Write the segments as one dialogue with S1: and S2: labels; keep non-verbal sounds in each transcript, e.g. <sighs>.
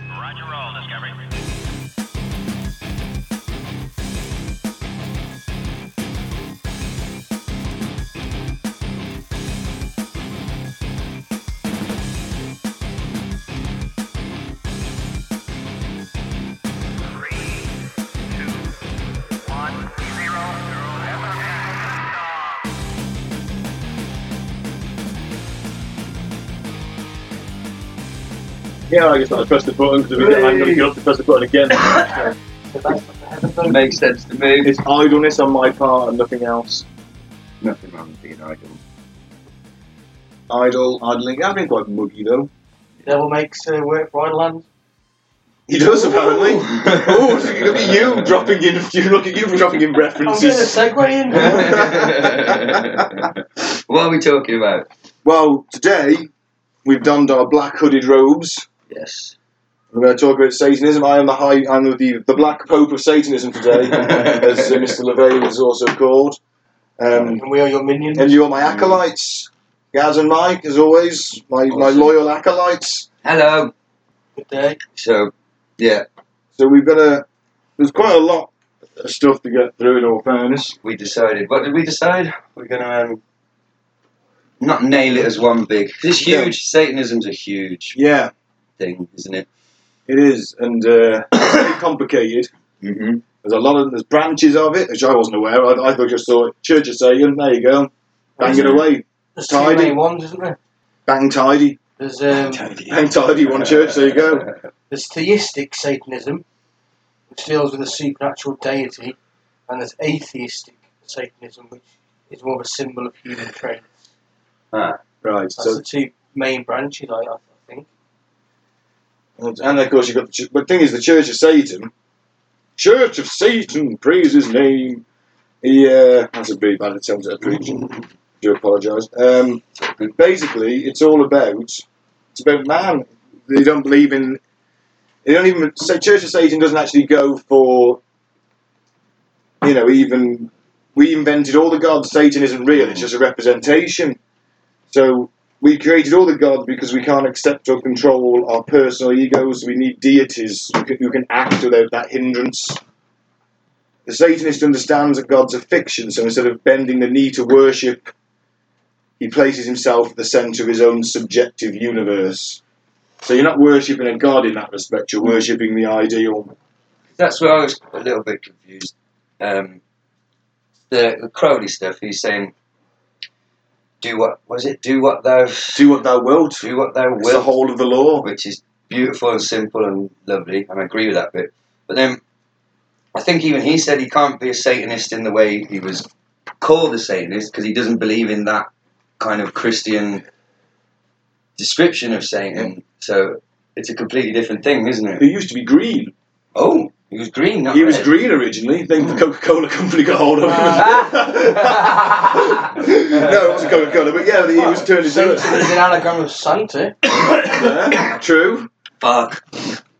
S1: and roll, Discovery.
S2: Yeah, I guess I'll press the button because I'm going to get up to press the button <laughs> again. So
S3: Makes sense to me.
S2: it's idleness on my part and nothing else.
S3: Nothing wrong with being <laughs> idle.
S2: Idle, idling. I've been quite muggy though.
S4: Devil makes uh, work for Ireland.
S2: He does apparently. <laughs> oh, so look at
S3: <laughs>
S2: you dropping in. Look at you dropping in
S4: <laughs> I'm doing a
S2: references.
S4: segue in.
S3: what are we talking about?
S2: Well, today we've donned our black hooded robes.
S3: Yes.
S2: We're going to talk about Satanism. I am the high, I'm the, the black pope of Satanism today, as uh, Mr. LeVay was also called. Um,
S4: and we are your minions.
S2: and you are my acolytes, Gaz and Mike, as always, my, my
S3: Awesome.
S2: loyal acolytes.
S3: Hello.
S4: Good day.
S3: So, yeah,
S2: So we've got a, there's quite a lot of stuff to get through in all fairness.
S3: we decided. What did we decide?
S4: We're going to um,
S3: Not nail it as one big. It's
S2: Yeah.
S3: huge. Satanism's a huge
S2: Yeah,
S3: thing, isn't it?
S2: it is, and uh, it's very complicated.
S3: Mm-hmm.
S2: There's a lot of, there's branches of it, which I wasn't aware of. I, I thought just thought, Church of Satan, there you go. Bang it away.
S4: there's two
S2: Tidy.
S4: main ones, isn't there?
S2: Bang tidy.
S4: There's um,
S2: Bang tidy, one church, there you go.
S4: there's theistic Satanism, which deals with a supernatural deity, and there's atheistic Satanism, which is more of a symbol of human traits.
S2: Right,
S4: That's
S2: so
S4: the two main branches, I, I think.
S2: And, and of course, you've got the ch- but the thing is, the Church of Satan, Church of Satan, praise his name. Yeah, that's a pretty bad attempt at preaching. Do apologise. Um, basically, it's all about it's about man. They don't believe in. They don't even say Church of Satan doesn't actually go for. You know, even we invented all the gods. Satan isn't real; it's just a representation. So we created all the gods because we can't accept or control our personal egos. We need deities who can, who can act without that hindrance. The Satanist understands that gods are fiction, so instead of bending the knee to worship, he places himself at the centre of his own subjective universe. So you're not worshipping a god in that respect, you're worshipping the ideal.
S3: <laughs> That's where I was a little bit confused. Um, the, the Crowley stuff. He's saying, "Do what was it? Do what thou
S2: Do what thou wilt.
S3: do what thou
S2: It's the
S3: wilt."
S2: whole of the law.
S3: which is beautiful and simple and lovely, and I agree with that bit. But then I think even he said he can't be a Satanist in the way he was called a Satanist because he doesn't believe in that kind of Christian description of Satan. So it's a completely different thing, isn't it?
S2: He used to be green.
S3: Oh, he was green. Not
S2: He was
S3: red.
S2: green originally, then the Coca Cola <laughs> company got hold of <laughs>
S3: Ah.
S2: him. no, it wasn't Coca Cola, but yeah, he was turned into
S4: Satan
S3: <laughs>
S2: it.
S4: is an anagram of Santa, I
S2: Yeah, True.
S3: <laughs> Fuck.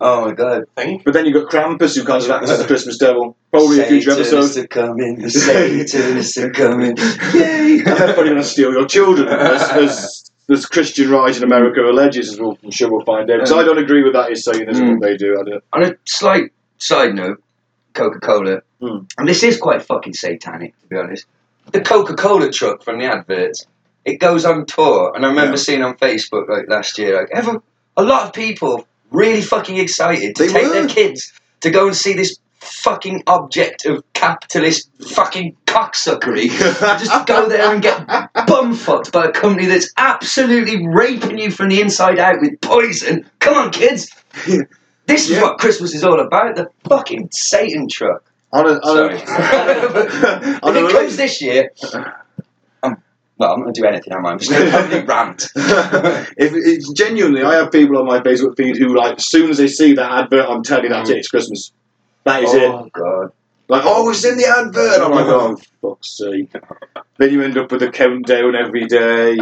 S3: Oh my god.
S4: think.
S2: But then you've got Krampus who comes back as the Christmas devil. Probably a future
S3: Satanists
S2: episode.
S3: are coming. Satanists are coming. Yay! <laughs>
S2: And <laughs> they're probably going to steal your children, as, as, as Christian Rise in America alleges, as we'll, I'm sure we'll find out. Because I don't agree with that, is saying there's
S3: Mm.
S2: what they do. I don't.
S3: On a slight side note, Coca Cola,
S2: Hmm.
S3: and this is quite fucking satanic, to be honest. The Coca Cola truck from the adverts, it goes on tour, and I remember
S2: Yeah.
S3: seeing on Facebook like last year, like ever, a lot of people really fucking excited to
S2: They
S3: take
S2: were.
S3: their kids to go and see this fucking object of capitalist fucking
S2: <laughs>
S3: cocksuckery. Just go there and get bumfucked by a company that's absolutely raping you from the inside out with poison. Come
S2: <laughs>
S3: on, kids. This
S2: Yeah.
S3: is what Christmas is all about. The fucking Satan truck.
S2: On a, on <laughs>
S3: Sorry.
S2: a, on
S3: If
S2: a
S3: it comes
S2: related,
S3: this year, I'm, well, I'm not going to do anything, am I? I'm just going to publicly rant.
S2: if it's genuinely, I have people on my Facebook feed who, like, as soon as they see that advert, I'm telling you that's it. It's Christmas. That <laughs> is it.
S3: oh, God.
S2: Like, oh, it's in the advert. I'm like, oh, fuck's sake. Then you end up with a countdown every day.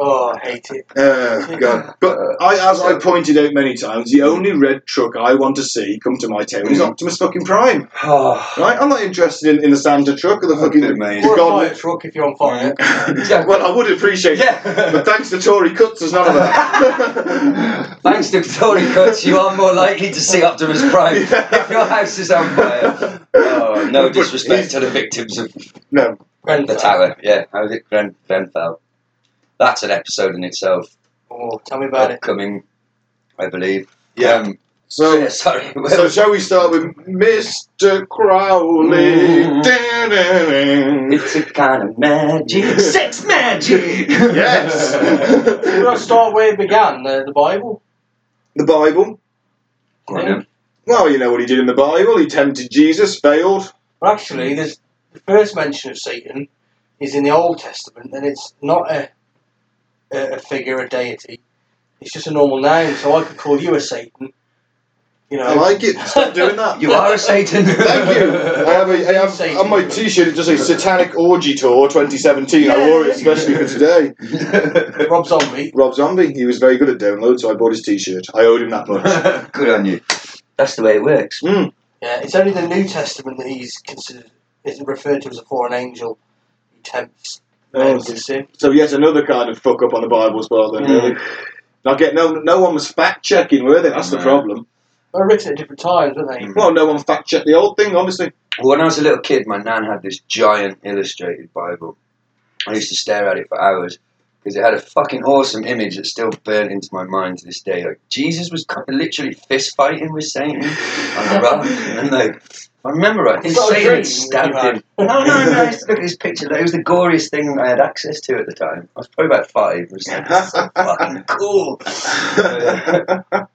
S4: Oh, I hate it.
S2: Uh, God. But I, as I pointed out many times, the only red truck I want to see come to my town is Optimus fucking Prime.
S3: Oh.
S2: Right? I'm not interested in, in the Santa truck or the fucking.
S3: That'd be amazing.
S4: Or a
S2: God,
S4: fire truck if you're on fire.
S2: Mm. <laughs>
S3: Yeah.
S2: well, I would appreciate it. But
S3: <sighs> Yeah.
S2: thanks to Tory cuts, there's none of that.
S3: <laughs> Thanks to Tory cuts, you are more likely to see Optimus
S2: <laughs>
S3: Prime if your house is on fire. Oh, no
S2: But
S3: disrespect
S2: he's-
S3: to the victims of
S2: No,
S3: the tower. Yeah, how is it? Gren- Grenfell. That's an episode in itself.
S4: Oh, tell me
S3: <laughs>
S4: about it.
S3: Upcoming, I believe.
S2: Yeah.
S3: Um,
S2: So,
S3: yeah, <laughs> sorry.
S2: so shall we start with Mr. Crowley?
S3: Mm.
S2: Dun, dun, dun.
S3: It's a kind
S2: <laughs>
S3: of magic. Sex magic!
S4: We're going to
S2: yes.
S4: start where it began, uh, the Bible.
S2: the Bible.
S3: Go on then.
S2: Well, you know what he did in the Bible. He tempted Jesus, failed.
S4: Well, actually, there's, the first mention of Satan is in the Old Testament, and it's not a, a, a figure, a deity. It's just a normal name, so I could call you a Satan. You know,
S2: I like it. Stop doing that.
S3: <laughs> You are a Satan.
S2: <laughs> Thank you. I have, a, I
S4: Satan.
S2: have on my T-shirt. It just says "Satanic Orgy Tour 2017." I wore it especially for today.
S4: <laughs> Rob Zombie.
S2: Rob Zombie. He was very good at downloads, so I bought his T-shirt. I owed him that much. <laughs>
S3: <laughs> Good on you. That's the way it works.
S2: Mm.
S4: Yeah, it's only the New Testament that he's considered, is referred to as a fallen angel who tempts men
S2: Oh,
S4: to sin.
S2: So yet another kind of fuck up on the Bible's part then.
S3: Mm.
S2: Really. Now get no no one was fact checking, were they? That's the
S3: No.
S2: problem.
S4: They were written at different times, weren't <laughs> they?
S3: Mm.
S2: Well, no one fact checked the old thing, obviously.
S3: When I was a little kid, my nan had this giant illustrated Bible. I used to stare at it for hours because it had a fucking awesome image that's still burnt into my mind to this day. Like Jesus was kind of literally fist fighting with Satan on a rock, and like if I remember right, I think
S4: It's not a
S3: Satan
S4: dream,
S3: had stabbed
S4: you
S3: him. <laughs> No, no, no. Just look at this picture. That was the goriest thing I had access to at the time. I was probably about five. It was like, this is <laughs> so fucking cool.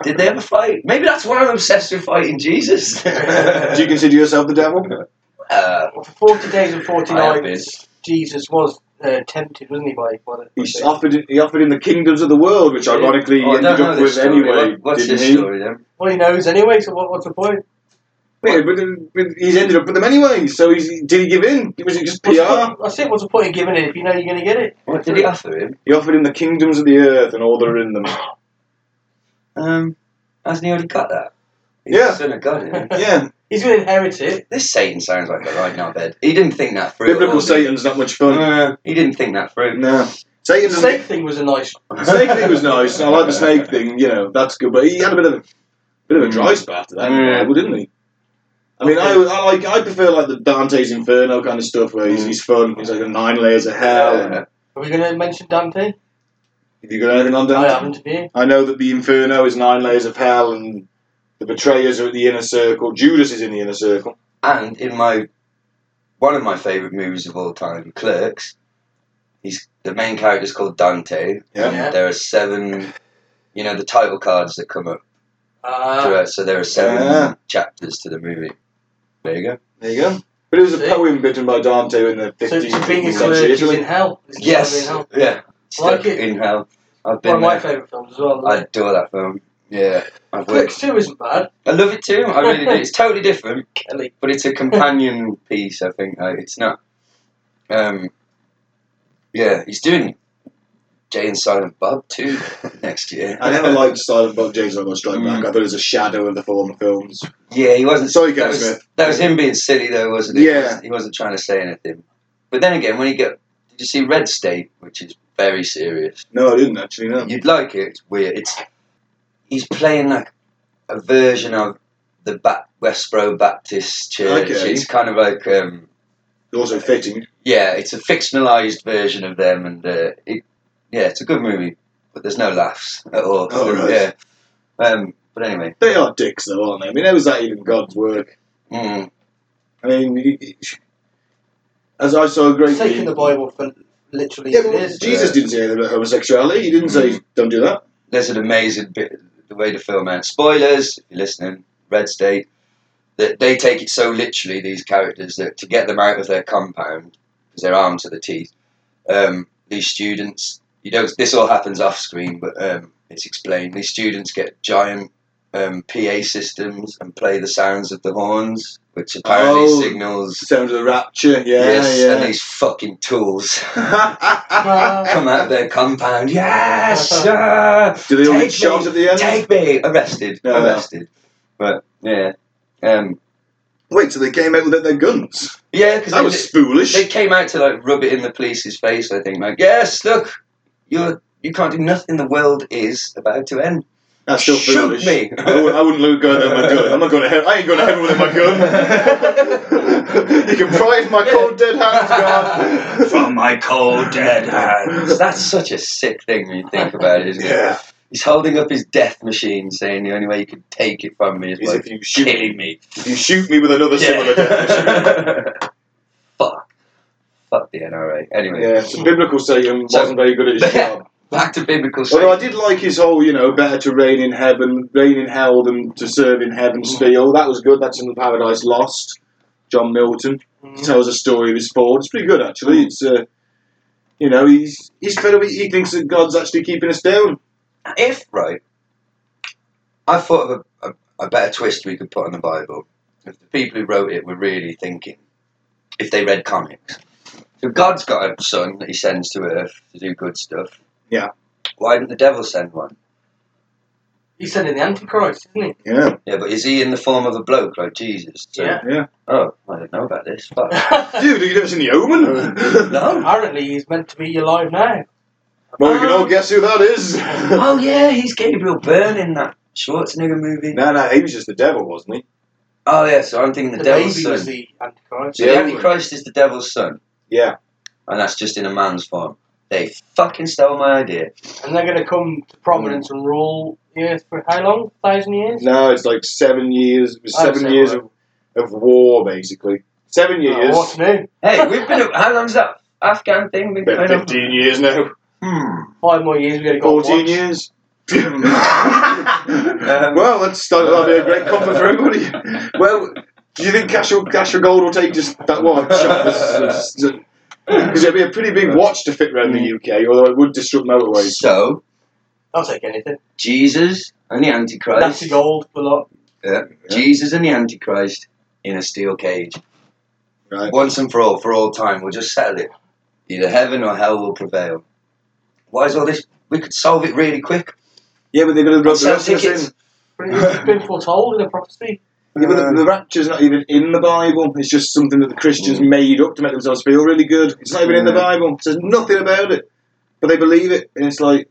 S3: Did they ever fight? Maybe that's why I'm obsessed with fighting Jesus.
S2: <laughs>
S3: <laughs>
S2: Do you consider yourself the devil?
S3: Uh,
S4: Well, for 40 days and 40
S3: I have
S4: nights, Jesus was uh, tempted, wasn't he, by, by the.
S2: He s- offered it- he offered him the kingdoms of the world, which ironically
S3: oh, I
S2: he
S3: don't
S2: ended
S3: know
S2: up
S3: this
S2: with
S3: story.
S2: anyway.
S3: What- what's
S2: didn't
S3: this
S2: he?
S3: story then?
S4: Well, he knows anyway, so what, what's the point?
S2: Yeah, but, but he's ended up with them anyway. So he's, did he give in? Was it just
S4: What's the
S2: PR?
S4: point- That's it, what's the point of giving it if you know you're going to get it?
S3: What
S4: <laughs>
S3: did he offer him?
S2: He offered him the kingdoms of the earth and all that are in
S3: <laughs>
S2: them.
S3: Um, hasn't he already got that? He's
S2: Yeah.
S3: the son of God. isn't he?
S2: Yeah,
S4: He's going to inherit it.
S3: This Satan sounds like a right now bed. He didn't think that through. at all,
S2: biblical
S3: did he?
S2: Satan's not much fun.
S3: Uh, he didn't think that through.
S2: No,
S4: The
S2: Satan doesn't
S4: snake thing was a nice.
S2: snake thing was nice. I like the snake
S3: <laughs>
S2: thing. You know, that's good. But he had a bit of a bit of a dry spell after that in the
S3: Mm.
S2: Bible, didn't he? I mean, I, I like I prefer like the Dante's Inferno kind of stuff where he's,
S3: Mm.
S2: he's fun. He's like the nine layers of hell. and-
S3: Uh,
S4: Are we going to mention Dante?
S2: Have you got anything on
S4: I
S2: Dante?
S4: haven't, have you?
S2: I know that the Inferno is nine layers of hell, and the betrayers are at the inner circle. Judas is in the inner circle.
S3: and in my one of my favourite movies of all time, Clerks, he's the main character's called Dante.
S2: Yeah.
S3: And there are seven you know, the title cards that come up
S4: Uh,
S3: throughout, so there are seven
S2: Yeah.
S3: chapters to the movie. There you go.
S2: There you go. But it was a
S4: See?
S2: poem written by Dante in the
S4: so,
S2: 15th
S4: so being a
S2: 15th
S4: clerk
S2: century
S4: is in
S2: Italy.
S4: hell. It's
S3: Yes.
S4: in hell.
S3: Yeah. Stuck
S4: Like it.
S3: in hell. I've
S4: One
S3: been
S4: of my
S3: there.
S4: favourite films as well.
S3: I adore that film. Yeah. I've worked.
S4: Clerks 2 isn't bad.
S3: I love it too. I really do. It's totally different,
S4: Kelly.
S3: but it's a companion piece. I think like, it's not. Um. Yeah, he's doing Jay and Silent Bob too next year.
S2: I never liked Silent Bob James on Strike
S3: Mm.
S2: Back. I thought it was a shadow of the former films.
S3: <laughs> Yeah, he wasn't.
S2: Sorry,
S3: that
S2: Kevin
S3: was,
S2: Smith.
S3: That was him being silly, though, wasn't it?
S2: Yeah.
S3: He wasn't, he wasn't trying to say anything. But then again, when you get, did you see Red State, which is very serious?
S2: No, I didn't actually. No.
S3: You'd like it. It's weird. It's he's playing like a version of the ba- Westboro Baptist Church.
S2: Okay.
S3: It's kind of like um,
S2: Also fitting.
S3: yeah, it's a fictionalized version of them, and uh, it, yeah, it's a good movie, but there's no laughs at all.
S2: Oh, right.
S3: Yeah. Um, but anyway,
S2: They are dicks, though, aren't they? I mean, how is that even God's work?
S3: mm,
S2: I mean, y- y- as I saw a great.
S4: It's taking the Bible for literally
S2: Yeah,
S4: it
S2: but
S4: is.
S2: Jesus
S3: uh, Hmm.
S2: didn't say anything about homosexuality. He didn't say, don't do that.
S3: there's an amazing bit the way the film ends. Spoilers, if you're listening, Red State. That they take it so literally, these characters, that to get them out of their compound, because they're armed to the teeth, um, these students, you don't, this all happens off screen, but um, it's explained. These students get giant um, PA systems and play the sounds of the horns which apparently
S2: Oh.
S3: signals
S2: Sound of the Rapture, yeah,
S3: yes, and
S2: yeah. <laughs>
S3: these fucking tools <laughs> come out of their
S2: <laughs>
S3: compound. Yes, ah,
S2: Do they only
S3: Take
S2: shout
S3: me,
S2: at the end?
S3: take me, arrested,
S2: No, no.
S3: arrested. But yeah, um,
S2: Wait, so they came out with their guns?
S3: yeah, because
S2: That was foolish.
S3: They came out to like rub it in the police's face. I think like, yes, look, you you can't do nothing. The world is about to end.
S2: That's still
S3: Shoot
S2: foolish.
S3: me.
S2: <laughs>
S3: <laughs>
S2: I, would, I wouldn't look good at my gun. I'm not going to heaven. I ain't going to heaven with my gun. you can pry it from my cold dead hands, God.
S3: <laughs> From my cold dead hands. That's such a sick thing when you think about it, isn't it?
S2: Yeah,
S3: He's holding up his death machine, saying the only way you can take it from me is
S2: is
S3: by
S2: if you shoot
S3: killing
S2: <laughs>
S3: me.
S2: if you shoot me with another similar death.
S3: <laughs> Fuck. Fuck the NRA. Anyway,
S2: Yeah, so biblical Satan
S3: So-
S2: wasn't very good at his
S3: <laughs>
S2: job.
S3: back to biblical.
S2: Although I
S3: Satan.
S2: did like his whole, you know, better to reign in heaven, reign in hell than to serve in heaven
S3: Mm.
S2: spiel. That was good. That's in the Paradise Lost. John Milton He
S4: Mm.
S2: tells a story of his fall. It's pretty good, actually.
S3: Mm.
S2: It's, uh, you know, he's he's fed up. He thinks that God's actually keeping us down.
S3: if right, I thought of a, a, a better twist we could put on the Bible. If the people who wrote it were really thinking, if they read comics, so God's got a son that he sends to Earth to do good stuff.
S2: Yeah.
S3: Why didn't the devil send one?
S4: He's sending the Antichrist, isn't he?
S2: Yeah,
S3: Yeah, but is he in the form of a bloke like Jesus? So-
S4: Yeah. <laughs>
S2: yeah.
S3: Oh, I didn't know about this. Fuck.
S2: Dude, have you never seen The <laughs> Omen?
S3: no.
S4: Apparently, he's meant to be alive now.
S2: Well, we can all guess who that is.
S3: Oh yeah, he's Gabriel Byrne in that Schwarzenegger
S2: <laughs>
S3: movie.
S2: no, no, he was just the devil, wasn't he?
S3: Oh yeah, so I'm thinking
S4: The,
S3: the,
S4: baby
S3: devil's son.
S4: was the Antichrist.
S3: So
S2: Yeah.
S3: the Antichrist is the devil's son,
S2: Yeah.
S3: and that's just in a man's form. They fucking stole my idea.
S4: And they're going to come to prominence and rule the earth for how long? thousand years?
S2: No, it's like seven years. It was
S4: I'd
S2: seven
S4: say
S2: years
S4: right.
S2: of, of war, basically. Seven years.
S4: Oh, what to do?
S3: Hey, we've been. how long's that Afghan thing been
S2: About
S3: going on?
S2: 15 years now.
S3: Hmm.
S4: Five more years, we're going to go.
S2: 14
S4: watch.
S2: years. Mm. <laughs> well, that's that'll be a great comfort for everybody. Well, do you think Cash or, Cash or Gold will take just that one shot? Because it'd be a pretty big watch to fit around the UK, although it would disrupt motorways.
S3: So
S4: I'll take anything.
S3: Jesus and the
S4: That's
S3: Antichrist.
S4: the gold, the lot.
S3: Jesus and the Antichrist in a steel cage,
S2: Right.
S3: once and for all, for all time. We'll just settle it. Either heaven or hell will prevail. Why is all this? We could solve it really quick.
S2: Yeah, but they're going to rub the
S3: Sell
S2: rest of us in.
S3: tickets.
S4: But It's been foretold in a prophecy.
S2: Yeah, but
S3: Uh,
S2: the, the rapture's not even in the Bible. It's just something that the Christians
S3: Mm.
S2: made up to make themselves feel really good. It's not even in the
S3: Mm.
S2: Bible. It says nothing about it. But they believe it. And it's like,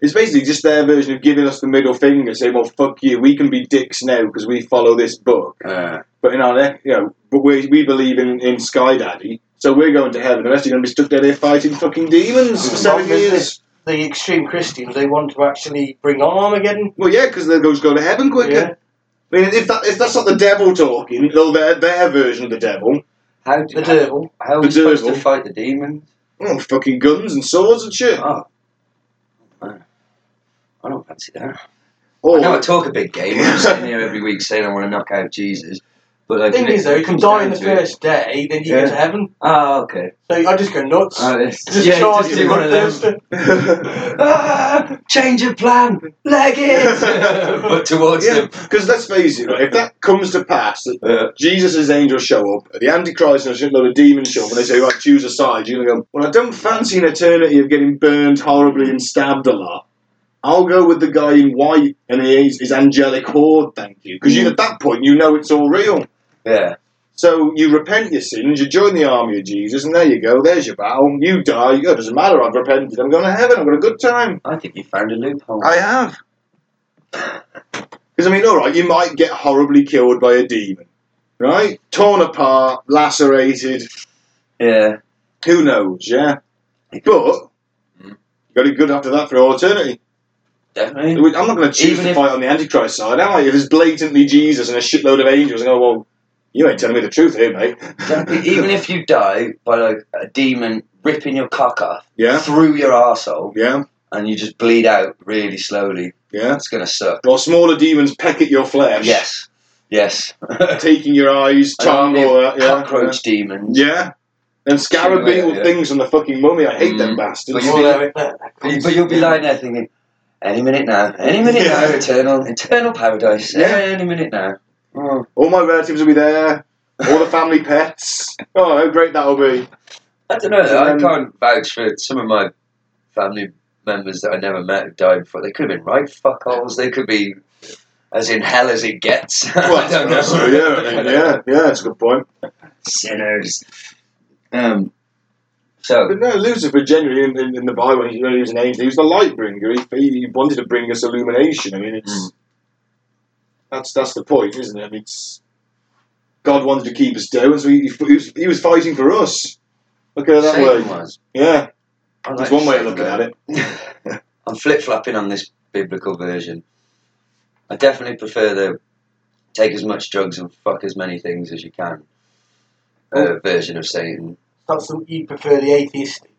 S2: it's basically just their version of giving us the middle finger, saying, well, fuck you. We can be dicks now because we follow this book.
S3: Uh,
S2: But in our, ne- you know, but we, we believe in, in Sky Daddy. So we're going to heaven. The rest are going to be stuck down here fighting fucking demons for
S4: Mm.
S2: seven years.
S4: The extreme Christians, they want to actually bring on Armageddon.
S2: Well, yeah, because they're going to go to heaven quicker.
S4: Yeah.
S2: I mean, if, that, if that's not the devil talking, though their, their version of the devil,
S3: how do
S4: The devil.
S3: how are
S2: The
S3: we supposed to
S2: devil.
S3: fight the demons?
S2: Oh, fucking guns and swords and shit.
S3: Oh. Man. I don't fancy that.
S2: Or, <laughs>
S3: I know I talk a big game. I'm sitting here every week saying I want to knock out Jesus. But
S4: The
S3: like,
S4: thing
S3: when it
S4: is, though, if you
S3: comes
S4: die
S3: down
S4: in the
S3: to it-
S4: first day, then you
S3: Yeah.
S4: get to heaven.
S3: Ah, okay.
S4: So I just go nuts.
S3: Ah, it's-
S4: just
S3: yeah,
S4: charge
S3: just do one of those. Ah, change of plan. Leg
S4: <laughs>
S3: it. but towards
S2: yeah,
S3: them.
S2: because let's face it, right, if that comes to pass, that
S3: Uh,
S2: Jesus' angels show up, the Antichrist and a shitload of demons show up, and they say, right, choose a side, you're going to go, well, I don't fancy an eternity of getting burned horribly and stabbed a lot. I'll go with the guy in white and his, his angelic horde, thank you. Because you,
S3: Mm.
S2: at that point, you know it's all real.
S3: yeah.
S2: So you repent your sins, you join the army of Jesus, and there you go, there's your battle. You die, you go, it doesn't matter, I've repented, I'm going to heaven, I've got a good time.
S3: I think you found a loophole.
S2: I have. Because I mean, all right, you might get horribly killed by a demon, right? Torn apart, lacerated.
S3: yeah.
S2: Who knows? Yeah, but
S3: Mm.
S2: you got it good after that for all eternity.
S3: Definitely.
S2: Which- I'm not going to choose
S3: Even
S2: to
S3: if-
S2: fight on the Antichrist side, am I? If it's blatantly Jesus and a shitload of angels, and go, well, you ain't telling me the truth here, mate.
S3: Exactly. Even if you die by like a demon ripping your cock off
S2: <laughs> yeah,
S3: through your arsehole
S2: yeah,
S3: and you just bleed out really slowly,
S2: yeah.
S3: that's gonna suck.
S2: Or smaller demons peck at your flesh,
S3: Yes. Yes.
S2: <laughs> taking your eyes,
S3: An
S2: tongue,
S3: army of
S2: all
S4: uh,
S2: that. Yeah,
S3: Cockroach demons.
S2: Yeah. And scarab
S3: Sure, yeah,
S2: beetle
S3: yeah.
S2: things on the fucking mummy. I hate them
S3: Mm.
S2: bastards.
S3: you
S4: Well,
S3: think-
S4: there it- there- there
S3: But, you,
S4: comes.
S3: but you'll be lying there thinking, any minute now, any minute
S2: Yeah.
S3: now, eternal, eternal paradise,
S2: Yeah.
S3: any minute now. Oh,
S2: All my relatives will be there. all the family pets. Oh, how great that'll be.
S3: I don't know. though, I
S2: Um,
S3: can't vouch for some of my family members that I never met who died before. They could have been right fuckholes. They could be as in hell as it gets. <laughs> <laughs> I don't know.
S2: so, yeah, I mean, yeah, yeah, that's a good point.
S3: Sinners. Um. So
S2: But no, Lucifer genuinely in, in, in the Bible, when he, when he was an angel, he was the light bringer. He, he wanted to bring us illumination. I mean,
S3: Mm.
S2: it's that's that's the point, isn't it? I mean, it's God wanted to keep us down, so he, he was he was fighting for us. Look at it that
S3: Satan
S2: way.
S3: was.
S2: Yeah,
S3: I
S2: that's
S3: like
S2: one way of
S3: Satan,
S2: looking
S3: though.
S2: at it.
S3: I'm flip flopping on this biblical version. I definitely prefer the take as much drugs and fuck as many things as you can uh, version of Satan.
S4: That's the, you prefer the atheistic.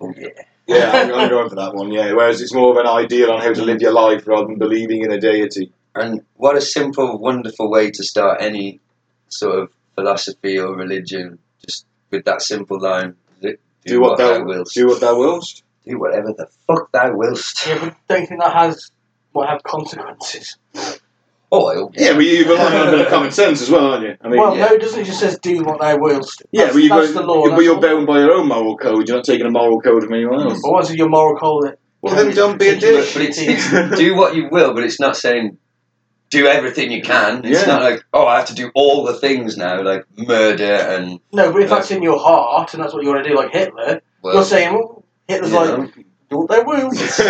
S3: Oh, yeah.
S2: Yeah, I'm, I'm going for that one. Yeah, whereas it's more of an ideal on how to live your life rather than believing in a deity.
S3: And what a simple, wonderful way to start any sort of philosophy or religion, just with that simple line. Do,
S2: Do what
S3: thou,
S2: thou-
S3: willst.
S2: Do what thou willest.
S3: Do whatever the fuck thou willst.
S4: Yeah, but don't you think that has might have consequences.
S3: Oh, it'll
S2: Yeah, but you rely on a bit of common sense as well, aren't you? I mean,
S4: well,
S3: yeah.
S4: no, it doesn't. It just says do what thou willst.
S2: yeah,
S4: that's,
S2: but, you
S4: that's the law.
S2: but
S4: that's
S2: you're
S4: all.
S2: bound by your own moral code. You're not taking a moral code from anyone else.
S4: But what's your moral code?
S2: Well, then don't be a dick.
S3: But it's- do what you will, but it's not saying do everything you can. It's
S2: Yeah.
S3: not like, oh, I have to do all the things now, like murder and.
S4: No, but if that's in your heart and that's what you want to do, like Hitler,
S3: Well,
S4: you're saying well, Hitler's
S3: you
S4: like
S3: know.
S4: do what thou willst.
S2: <laughs>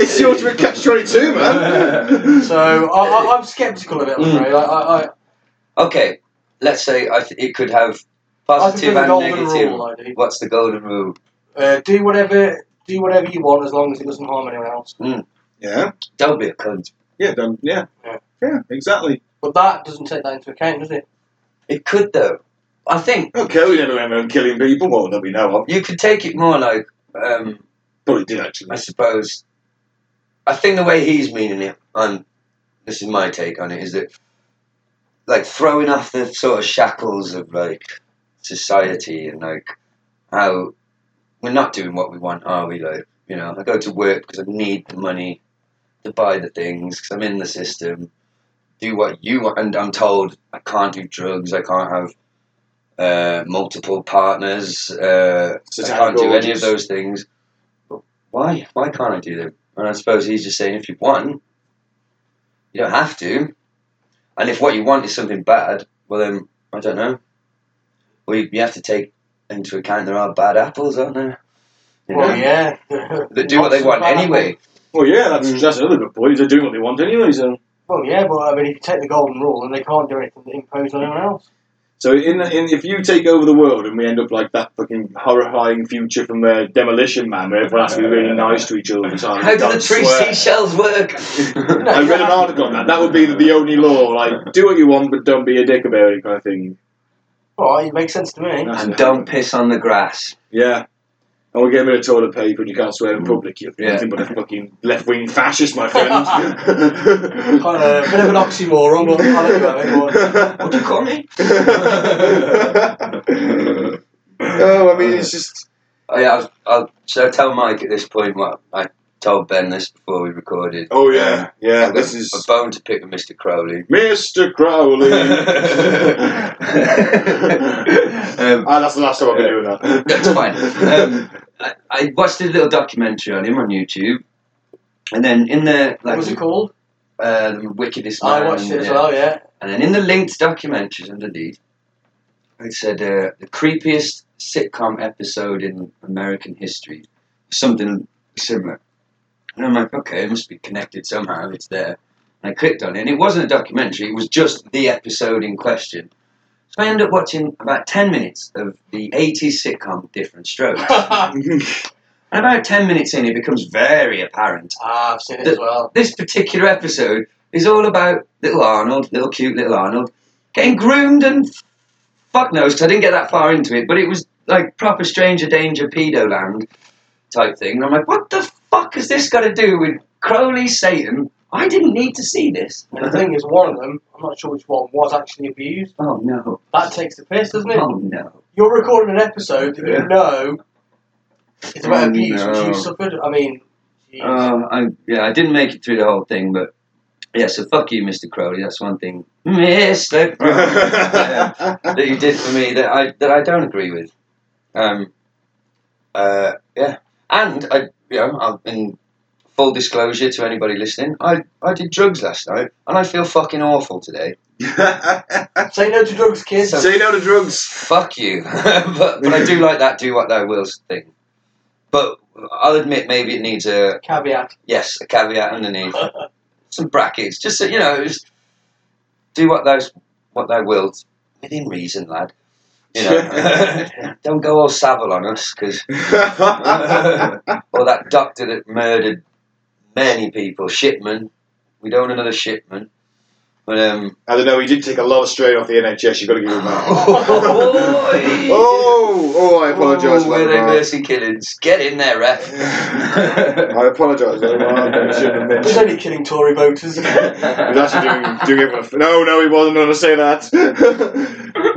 S2: it's your ultimate catch twenty two, man.
S4: <laughs> so I, I, I'm sceptical of it. I'm
S3: Mm.
S4: afraid. I, I, I,
S3: okay, let's say I th- it could have
S4: I prefer
S3: positive
S4: the
S3: and
S4: golden
S3: negative.
S4: rule. I do.
S3: What's the golden rule?
S4: Uh, do whatever, do whatever you want as long as it doesn't harm anyone else.
S2: yeah,
S3: Don't be a cunt.
S2: yeah, done. Yeah,
S4: Yeah.
S2: yeah, exactly.
S4: But that doesn't take that into account, does it?
S3: It could though. I think
S2: Okay, we never went around killing people. Well, that we know of.
S3: you could take it more like, um,
S2: Probably did actually.
S3: I suppose. I think the way he's meaning it, and this is my take on it, is that like throwing off the sort of shackles of like society and like how we're not doing what we want, are we? Like, you know, I go to work because I need the money to buy the things because I'm in the system. Do what you want, and I'm told I can't do drugs. I can't have uh, multiple partners. Uh, I can't do any of those things. But why? Why can't I do them? And I suppose he's just saying, if you want, you don't have to. And if what you want is something bad, well then I don't know. Well, you, you have to take into account there are bad apples, aren't there? You know?
S4: Well, yeah.
S3: They do what they want anyway.
S2: Well, yeah, that's
S3: Mm.
S2: that's another good point. They're doing what they want anyway. So,
S4: Well, yeah, but I mean, if you take the golden rule, and they can't do anything to impose on anyone else.
S2: so in, in if you take over the world and we end up like that fucking horrifying future from uh, Demolition Man, where everyone has to be really nice to each other. all the time.
S3: How do
S2: Don't
S3: the three
S2: swear.
S3: seashells work?
S4: <laughs> No,
S2: I
S3: <laughs>
S4: you
S2: read an
S4: have-
S2: article on that. That would be the only law. Like, do what you want, but don't be a dick about it, kind of thing.
S4: Well, it makes sense to me.
S2: That's
S3: and
S2: it.
S3: don't piss on the grass.
S2: Yeah. And we'll get rid of toilet paper and you can't swear in
S3: Mm.
S2: public. You're
S3: Yeah.
S2: nothing but a fucking left wing fascist, my friend.
S3: <laughs>
S2: <laughs>
S4: Kind of a bit of an oxymoron, but I'll let you have
S3: <laughs>
S4: it. But
S3: What do you call me?
S2: oh, I mean, it's just.
S3: Oh, yeah, I'll, I'll, should I tell Mike at this point what I told Ben this before we recorded?
S2: Oh, yeah. Yeah,
S3: I've got
S2: this is. <laughs>
S3: a bone to pick with Mr.
S4: <laughs>
S3: Crowley. <laughs>
S2: Mr. Crowley. <laughs>
S3: um,
S2: ah, that's the last time I'll be doing that.
S3: Eh, <laughs> That's fine. Um, I, I watched a little documentary on him on YouTube, and then in the
S4: what
S3: like,
S4: was it called?
S3: uh, the wickedest man.
S4: I watched it as
S3: yeah.
S4: well. Yeah.
S3: And then in the linked documentaries underneath, it said uh, the creepiest sitcom episode in American history, something similar. And I'm like, okay, it must be connected somehow. It's there. And I clicked on it, and it wasn't a documentary. It was just the episode in question. So I ended up watching about ten minutes of the '80s sitcom Different
S4: <laughs>
S3: Strokes.
S4: ah,
S3: And about 10 minutes in, it becomes very apparent.
S4: I've seen it as well.
S3: This particular episode is all about little Arnold, little cute little Arnold, getting groomed and fuck knows, 'cause I didn't get that far into it, but it was like proper stranger danger pedo land type thing. And I'm like, what the fuck has this got to do with Crowley Satan? I didn't need to see this.
S4: And the thing is, one of them, I'm not sure which one, was actually abused.
S3: Oh no.
S4: That takes the piss, doesn't it?
S3: Oh no.
S4: You're recording an episode that
S3: Yeah.
S4: you know it's about
S3: Oh,
S4: abuse which
S3: no.
S4: you suffered. I mean, jeez.
S3: Uh, I, yeah, I didn't make it through the whole thing, but Yeah, so fuck you, Mr. Crowley. That's one thing, Mr. Crowley, yeah, that you did for me that I that I don't agree with. Um, uh, yeah, and I, you know, I've been full disclosure to anybody listening. I I did drugs last night, and I feel fucking awful today.
S4: Say no to drugs,
S2: <laughs>
S4: kids.
S2: Say no to <laughs> drugs.
S3: Fuck you, <laughs> but but I do like that. Do what thou wills thing. But I'll admit, maybe it needs a
S4: Caveat.
S3: yes, a caveat underneath. some brackets, just so you know, just do what those what they will within reason, lad. You know, <laughs> don't go all Savile on us, because or that doctor that murdered many people, Shipman. We don't want another Shipman. But um,
S2: I don't know, he did take a lot of strain off the NHS, you've got to give him that.
S3: <laughs>
S4: <laughs>
S3: oh,
S2: <laughs> oh, oh, I apologise for
S3: Were they
S2: that.
S3: mercy killings? Get in there, ref.
S2: Mark. I apologise <laughs> for that. I shouldn't have
S4: It was
S2: mentioned.
S4: only killing
S3: <laughs>
S4: Tory voters.
S2: He was actually doing, doing it for No, no, he wasn't going to say that.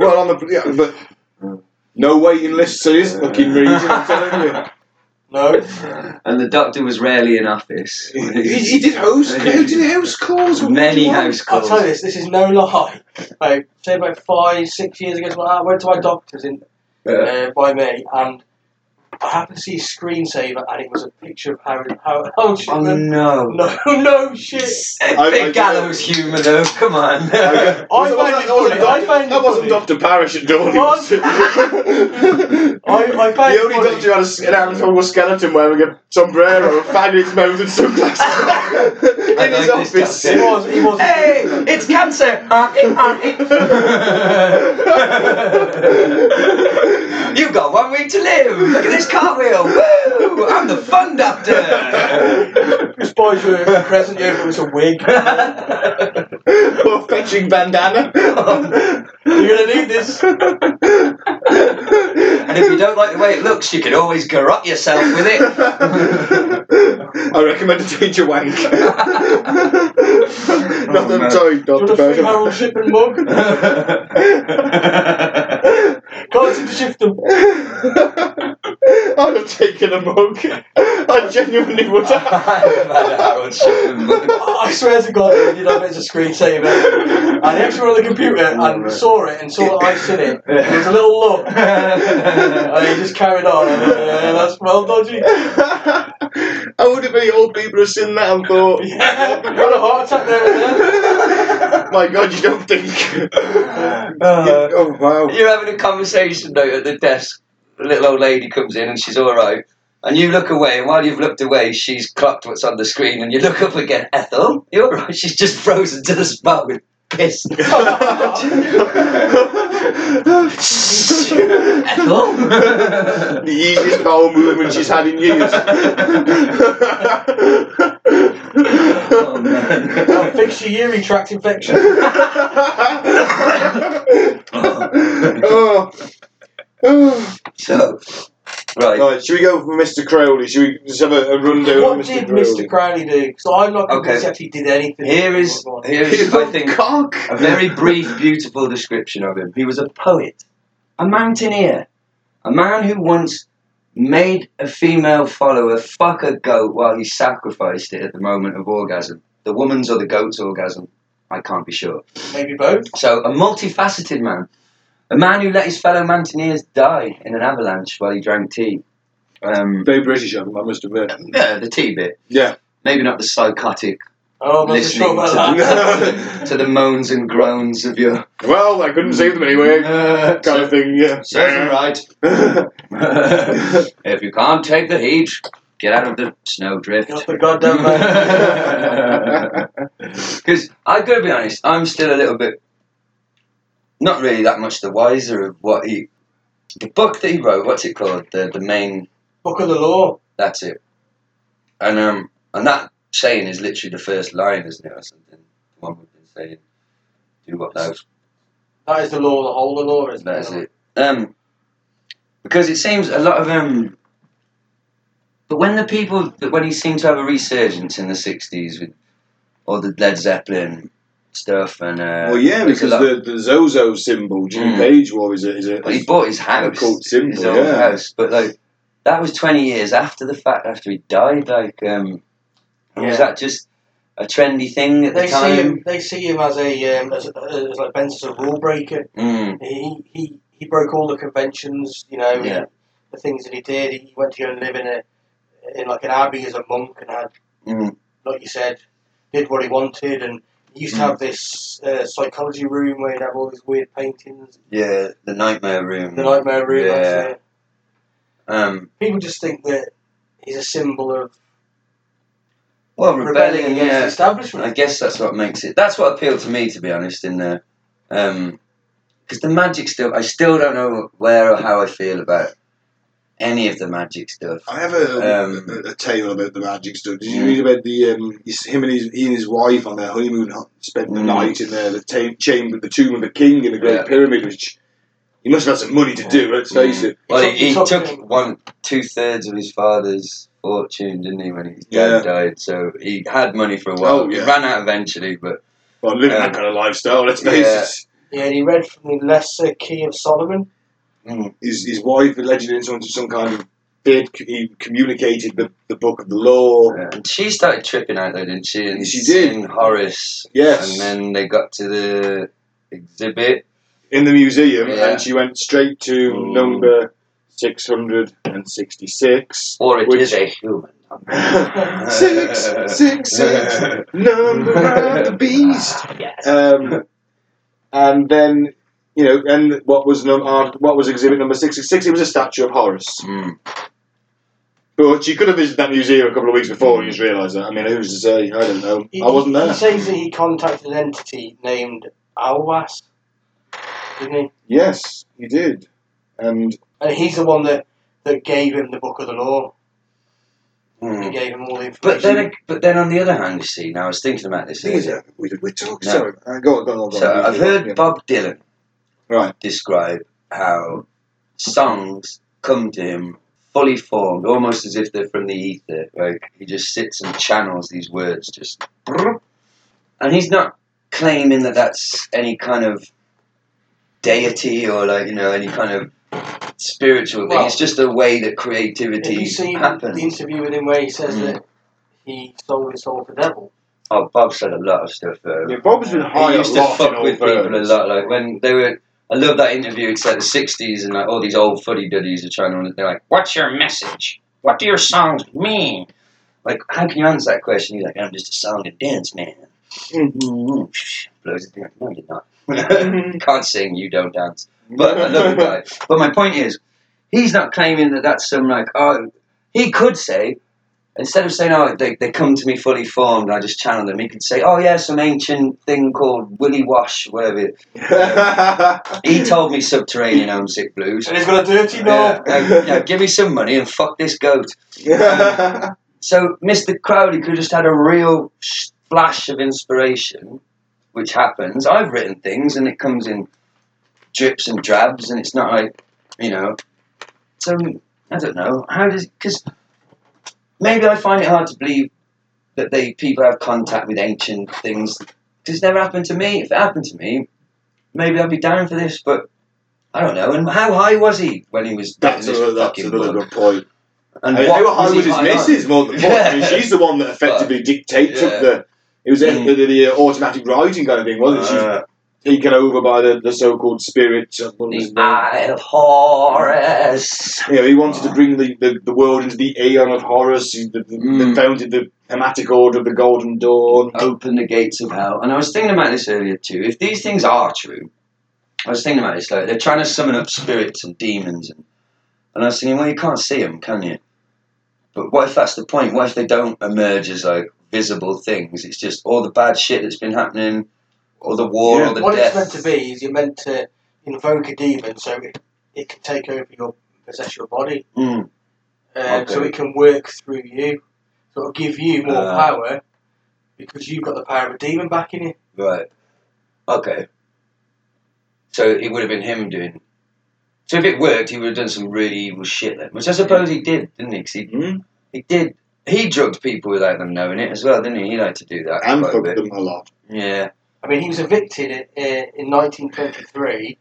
S2: <laughs> well, on the. Yeah, but. No waiting lists is fucking reason, I'm telling
S3: <laughs>
S2: you.
S4: no.
S3: and the doctor was rarely in <laughs> office.
S2: He, he did house. He did house calls. what do
S3: many
S2: you want?
S3: house
S4: I'll
S3: calls.
S4: tell you this, this is no lie. <laughs> Like, say about five, six years ago, something like that, I went to my doctor's in
S3: Yeah.
S4: uh, by me, and I happened to see a screensaver, and it was a picture of Harry. <laughs> How, oh, shit,
S2: Um,
S3: Oh
S4: man.
S3: no.
S4: no, <laughs> no shit.
S2: <laughs> I-
S3: Big
S2: I-
S3: gallows humour though, come on.
S2: I
S4: I
S2: wasn't-
S4: find it
S2: that wasn't
S4: funny,
S2: Doc-
S4: I find it
S2: That wasn't
S4: funny.
S2: Dr. Parish at Dawn. <laughs>
S4: What? I- I find
S2: The
S4: it
S2: only
S4: funny.
S2: doctor who had a s- an anatomical skeleton wearing a <laughs> sombrero, a fag in its mouth, and sunglasses <laughs> in his
S3: like this
S2: office.
S4: He
S3: doctor.
S4: was, he was.
S2: <laughs>
S3: hey, it's cancer! You've got one week to live! Look at this cartwheel! Woo! I'm the fun doctor!
S4: This boy's a present year, but it's a
S2: <laughs>
S4: wig.
S2: Or fetching bandana.
S4: You're gonna need this.
S3: and if you don't like the way it looks, you can always garrot yourself with it.
S2: I recommend a teacher <laughs> wank. Not that I'm
S3: man.
S2: sorry,
S4: Do you want
S2: Dr.
S4: a free Harold
S2: Parish.
S4: Shipman mug?
S2: <laughs>
S4: Can't seem to shift them.
S2: <laughs> I'd have taken a mug. I genuinely would have.
S3: I've had a Harold Shipman mug.
S4: I swear to God, I did have it as a screensaver. And I actually went on the computer
S3: Oh,
S4: and saw it and saw that I'd seen it. There was a little look.
S3: <laughs>
S4: And he just carried on. And, uh, that's well <laughs> dodgy.
S2: <laughs> I would have been old people have seen that and thought,
S4: Yeah, you had a heart attack there and then.
S2: <laughs> my god, you don't think. <laughs> oh, wow.
S3: You're having a conversation though at the desk. A little old lady comes in and she's all right. And you look away, and while you've looked away, she's clocked what's on the screen, and you look up again. Ethel, you're all right. She's just frozen to the spot with piss. Ethel.
S2: The easiest bowel movement she's had in years.
S3: Oh,
S2: <laughs>
S3: man.
S4: I'll fix your urinary
S3: <laughs>
S4: tract infection.
S2: oh. Oh.
S3: so, right.
S2: Right, should we go for Mr. Crowley? Should we just have a, a rundown
S4: What
S2: on Mr.
S4: did
S2: Crowley?
S4: Mr. Crowley do? Because I'm not
S3: Okay.
S4: convinced he actually did anything.
S3: Here is
S4: Go on.
S3: here
S2: He's
S3: is
S2: got <laughs>
S3: I think
S2: cock.
S3: a very brief, beautiful description of him. He was a poet, a mountaineer, a man who once made a female follower fuck a goat while he sacrificed it at the moment of orgasm. The woman's or the goat's orgasm, I can't be sure.
S4: Maybe both.
S3: So, a multifaceted man. A man who let his fellow mountaineers die in an avalanche while he drank tea. Um,
S2: Very British, I must admit.
S3: yeah, the tea bit.
S2: Yeah.
S3: Maybe not the psychotic
S4: Oh, I'm not so
S3: listening
S4: sure
S3: to <laughs>
S4: about that.
S3: the, to the moans and groans of your.
S2: Well, I couldn't save them anyway.
S3: Uh,
S2: Kind of thing, yeah.
S3: Serves them right. if you can't take the heat, get out of the snowdrift.
S4: Not the goddamn uh, man.
S2: <laughs>
S3: <laughs> Because I gotta be honest, I'm still a little bit not really that much the wiser of what he the book that he wrote, what's it called? The the main
S4: Book of the law.
S3: that's it. And um and that saying is literally the first line, isn't it, or something? The one we've been saying. Do what thou
S4: That is the law, the whole of the law, isn't
S3: That's it. Um, because it seems a lot of um, but when the people when he seemed to have a resurgence in the '60s with all the Led Zeppelin stuff and uh,
S2: Well, yeah,
S3: there's a
S2: because Hmm.
S3: lot-
S2: the, the Zozo symbol Jimmy
S3: Mm.
S2: Page wore is a, is a,
S3: but he bought his
S2: a
S3: house,
S2: cult symbol,
S3: his old
S2: yeah.
S3: house, but like that was 20 years after the fact after he died. Like, um, and was
S4: Yeah.
S3: that just a trendy thing at the
S4: They see
S3: time.
S4: him. They see him as a um, as, as like Ben's as a rule breaker.
S3: Mm,
S4: He he he broke all the conventions. You know,
S3: Yeah.
S4: the things that he did. He went to go and live in a in like an abbey as a monk and had
S3: mm,
S4: like you said, did what he wanted and. He used to
S3: Mm.
S4: have this uh, psychology room where he'd have all these weird paintings,
S3: yeah, the nightmare room.
S4: the nightmare room.
S3: Mm. Yeah.
S4: that's it.
S3: Um,
S4: People just think that he's a symbol of
S3: well,
S4: rebelling
S3: rebellion.
S4: against the
S3: Yeah,
S4: establishment.
S3: I guess that's what makes it. That's what appealed to me, to be honest. In there, Um 'cause because the magic still, I still don't know where or how I feel about any of the magic stuff.
S2: I have a,
S3: Um,
S2: a, a tale about the magic stuff. Did you
S3: Mm.
S2: read about the um, his, him and his he and his wife on their honeymoon hu- spent the
S3: Mm.
S2: night in there, the ta- chamber, the tomb of the king in the Great
S3: Yeah.
S2: Pyramid, which he must have had some money to do. Let's face
S3: Mm.
S2: it.
S3: Well,
S4: took-
S3: he,
S4: he
S3: he
S4: took-
S3: took one two thirds of his father's fortune, didn't he, when his
S2: Yeah.
S3: dad died? So he had money for a while.
S2: Oh, yeah.
S3: He ran out eventually, but
S2: Well, living
S3: Um,
S2: that kind of lifestyle, let's face
S3: yeah.
S2: it.
S4: Yeah, and he read from the Lesser Key of Solomon.
S3: Mm.
S2: His, his wife allegedly into some kind of bid. He communicated the, the book of the law.
S3: uh, and she started tripping out there, didn't she? And
S2: She did.
S3: seeing Horace,
S2: Yes.
S3: and then they got to the exhibit.
S2: in the museum,
S3: Yeah.
S2: and she went straight to
S3: Mm.
S2: number six hundred and sixty-six.
S3: Or it
S2: Which-
S3: is a <laughs> human.
S2: <laughs> six, six,
S3: <laughs>
S2: six, number <laughs> of the beast.
S3: Yes.
S2: Um, and then you know, and what was num- uh, what was exhibit number six six six? It was a statue of Horace.
S3: Mm.
S2: But she could have visited that museum a couple of weeks before and just realised that. I mean, who's to say? I don't know.
S4: He,
S2: I wasn't
S4: He
S2: there.
S4: says that he contacted an entity named Alwas, didn't he?
S2: Yes, he did. And
S4: And he's the one that, that gave him the Book of the Law. He
S3: Mm.
S4: gave him all the information.
S3: But then, but then, on the other hand, you see, now I was thinking about this. earlier.
S2: uh, we we're talking.
S3: No.
S2: Sorry, uh, go on, go on, go on.
S3: So I've heard Bob Dylan
S2: Right.
S3: describe how songs come to him fully formed, almost as if they're from the ether. Like he just sits and channels these words, just. And he's not claiming that that's any kind of deity or like you know any kind of spiritual thing.
S4: Well-
S3: it's just a way that
S4: Have you
S3: creativity
S4: seen the
S3: happens.
S4: interview with him where he says
S3: Mm.
S4: that he sold his soul to the devil?
S3: Oh, Bob said a lot of stuff though.
S2: Yeah, Bob's been high
S3: he used
S2: a
S3: to
S2: lot in
S3: fuck
S2: all
S3: with people a
S2: firms.
S3: lot. Like when they were, I love that interview. It's like the '60s, and like all these old fuddy duddies are trying to. They're like, "What's your message? What do your songs mean?" Like, how can you answer that question? You're like, "I'm just a song and dance man."
S2: Mm-hmm.
S3: Blows it down. No, you're
S2: <laughs>
S3: not. Can't sing. You don't dance. But I love the guy. But my point is, he's not claiming that that's some like. Oh, he could say. Instead of saying, "Oh, they, they come to me fully formed," I just channel them. He could say, "Oh yeah, some ancient thing called Willy Wash, whatever it
S2: <clears throat>
S3: he told me subterranean homesick blues.
S4: And he's got a dirty
S3: Yeah,
S4: knob.
S3: like, yeah, give me some money and fuck this goat. So Mr. Crowley could have just had a real sh- flash of inspiration, which happens. I've written things and it comes in drips and drabs, and it's not like you know. So I don't know how does because maybe I find it hard to believe that they people have contact with ancient things. 'Cause it's never happened to me. If it happened to me, maybe I'd be down for this, but. I don't know. And how high was he when he was
S2: That's,
S3: writing this
S2: another, that's
S3: fucking
S2: another good
S3: book?
S2: point.
S3: And
S2: I mean, how high
S3: he
S2: was his
S3: high on?
S2: missus? More than point. I mean,
S3: Yeah.
S2: she's the one
S3: <laughs>
S2: that effectively dictates
S3: yeah.
S2: up the. It was
S3: Mm.
S2: the, the, the automatic writing kind of thing, wasn't it? She was
S3: Uh,
S2: taken over by the, the so-called spirit. of what was
S3: the
S2: his name?
S3: Eye Uh. of Horus.
S2: You know, he wanted to bring the, the, the world into the Aeon of Horus. He the, the,
S3: Mm.
S2: founded the Hermetic Order of the Golden Dawn.
S3: Open the gates of hell. And I was thinking about this earlier too. If these things are true, I was thinking about this. Like they're trying to summon up spirits and demons, and and I was thinking, well, you can't see them, can you? But what if that's the point? What if they don't emerge as like visible things? It's just all the bad shit that's been happening, or the war,
S2: Yeah.
S3: or the
S4: what
S3: death.
S4: it's meant to be is you're meant to invoke a demon so it, it can take over your possess your body,
S3: Mm.
S4: um,
S3: Okay.
S4: so it can work through you. So it'll give you more
S3: Uh.
S4: power because you've got the power of a demon back in you.
S3: Right. Okay. So it would have been him doing. So if it worked, he would have done some really evil shit then, which I suppose he did, didn't he? 'Cause he,
S2: Mm.
S3: he did. He drugged people without them knowing it as well, didn't he? He liked to do that.
S2: And
S3: quite a
S2: fucked
S3: bit.
S2: them a lot.
S3: Yeah.
S4: I mean, he was evicted in, uh, in 1923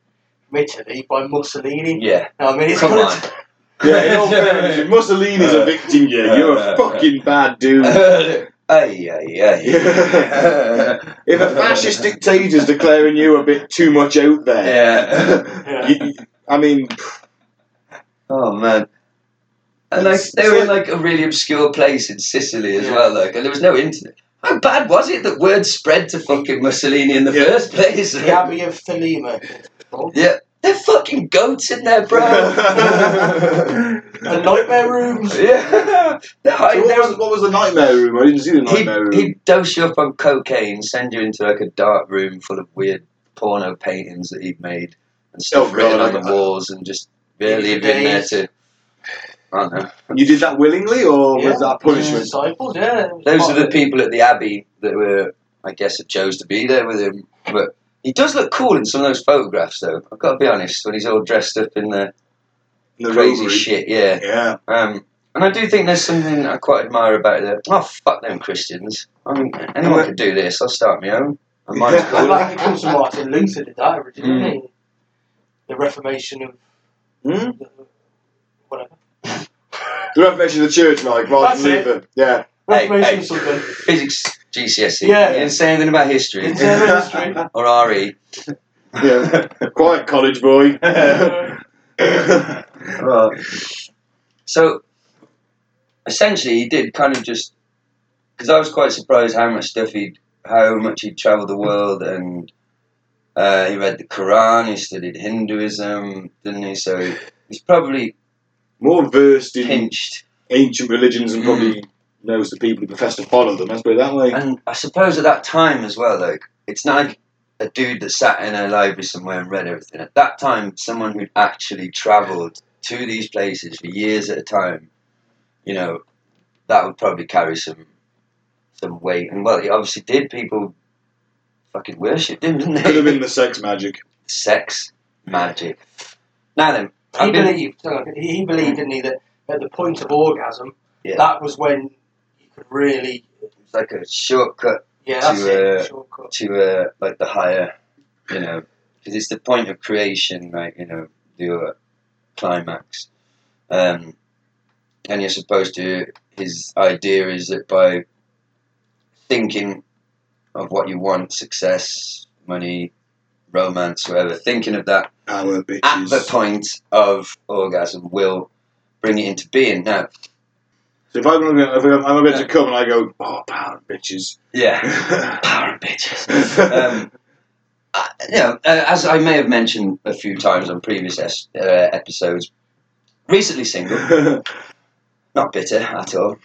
S4: from Italy by Mussolini.
S3: Yeah.
S4: Now, I mean, it's
S3: Come
S4: gonna
S3: on. <laughs>
S4: t-
S2: Yeah, in all fairness, if Mussolini's
S3: Uh,
S2: evicting you. You're a
S3: uh,
S2: fucking bad dude.
S3: I
S2: <laughs>
S3: Ay, ay, ay.
S2: If a fascist dictator's declaring you a bit too much out there,
S3: <laughs>
S2: <laughs>
S3: Yeah.
S2: you- I mean,
S3: Oh man. And like
S2: It's-
S3: they were in
S2: it's
S3: like a really obscure place in Sicily as
S4: Yeah.
S3: well, like and there was no internet. How bad was it that word spread to fucking Mussolini in the
S2: Yeah.
S3: first place?
S4: The Abbey of Thelema.
S3: <laughs> Yeah. They're fucking goats in
S2: <laughs>
S3: there, bro.
S4: The nightmare <laughs> rooms.
S3: <laughs> yeah. No, I,
S2: So what, was, what was the nightmare room? I didn't see the nightmare room.
S3: he he'd dose you up on cocaine, send you into like a dark room full of weird porno paintings that he'd made and stuff
S2: Oh,
S3: written
S2: God,
S3: on the
S2: I-
S3: walls and just barely
S4: Yeah,
S3: even there
S4: days.
S3: to I don't know.
S2: you did that willingly, or was
S4: Yeah.
S2: that punishment?
S4: Disciples, yeah.
S3: Those are the people at the Abbey that were, I guess, that chose to be there with him. But he does look cool in some of those photographs, though. I've got to be honest, when he's all dressed up in the,
S2: The
S3: crazy
S2: robbery?
S3: shit, yeah.
S2: Yeah.
S3: Um, and I do think there's something I quite admire about it. Oh, fuck them Christians. I mean, anyone could do this. I'll start my own. I might as
S4: And
S3: well.
S4: that comes from Martin Luther did that originally.
S3: Mm.
S4: didn't he? The Reformation of
S2: Hmm?
S4: whatever.
S2: The Reformation of the Church, Mike. Martin
S4: That's it.
S2: Luther. Yeah.
S3: Hey,
S4: Reformation
S3: hey.
S4: of
S3: <laughs>
S4: something.
S3: Physics GCSE.
S4: Yeah.
S3: E. You didn't say anything about history
S4: Didn't say- History.
S3: or E. RE.
S2: yeah. <laughs> Quiet college boy. <laughs>
S4: Uh,
S3: So essentially, he did kind of just because I was quite surprised how much stuff he, would how much he would travelled the world, and uh, he read the Quran, he studied Hinduism, didn't he? So he- he's probably
S2: More versed in
S3: pinched.
S2: ancient religions and
S3: Mm.
S2: probably knows the people who profess to follow them. Let's put it that
S3: <laughs>
S2: way.
S3: And I suppose at that time as well, like it's not like a dude that sat in a library somewhere and read everything. At that time, someone who'd actually travelled to these places for years at a time, you know, that would probably carry some some weight. And well, he obviously did. People fucking worshipped him, didn't they?
S2: Could have <laughs> been the sex magic.
S3: sex magic. Now then,
S4: he
S3: I've been,
S4: believed. sorry, He believed, didn't he, that at the point of orgasm,
S3: Yeah.
S4: that was when you could really.
S3: it's like a shortcut
S4: Yeah, that's
S3: To,
S4: it.
S3: uh,
S4: shortcut.
S3: to uh, like the higher, you know, because it's the point of creation, like you know, your climax, um, and you're supposed to. His idea is that by thinking of what you want, success, money, romance, whatever, thinking of that
S2: Our
S3: at the
S2: bitches.
S3: point of orgasm will bring it into being. Now,
S2: So if I'm going to, if I'm, I'm about to come and I go, oh, power
S3: <laughs>
S2: bitches. <laughs>
S3: yeah, power and bitches. um, I, you know, uh, as I may have mentioned a few times on previous es- uh, episodes, recently single, not bitter at all.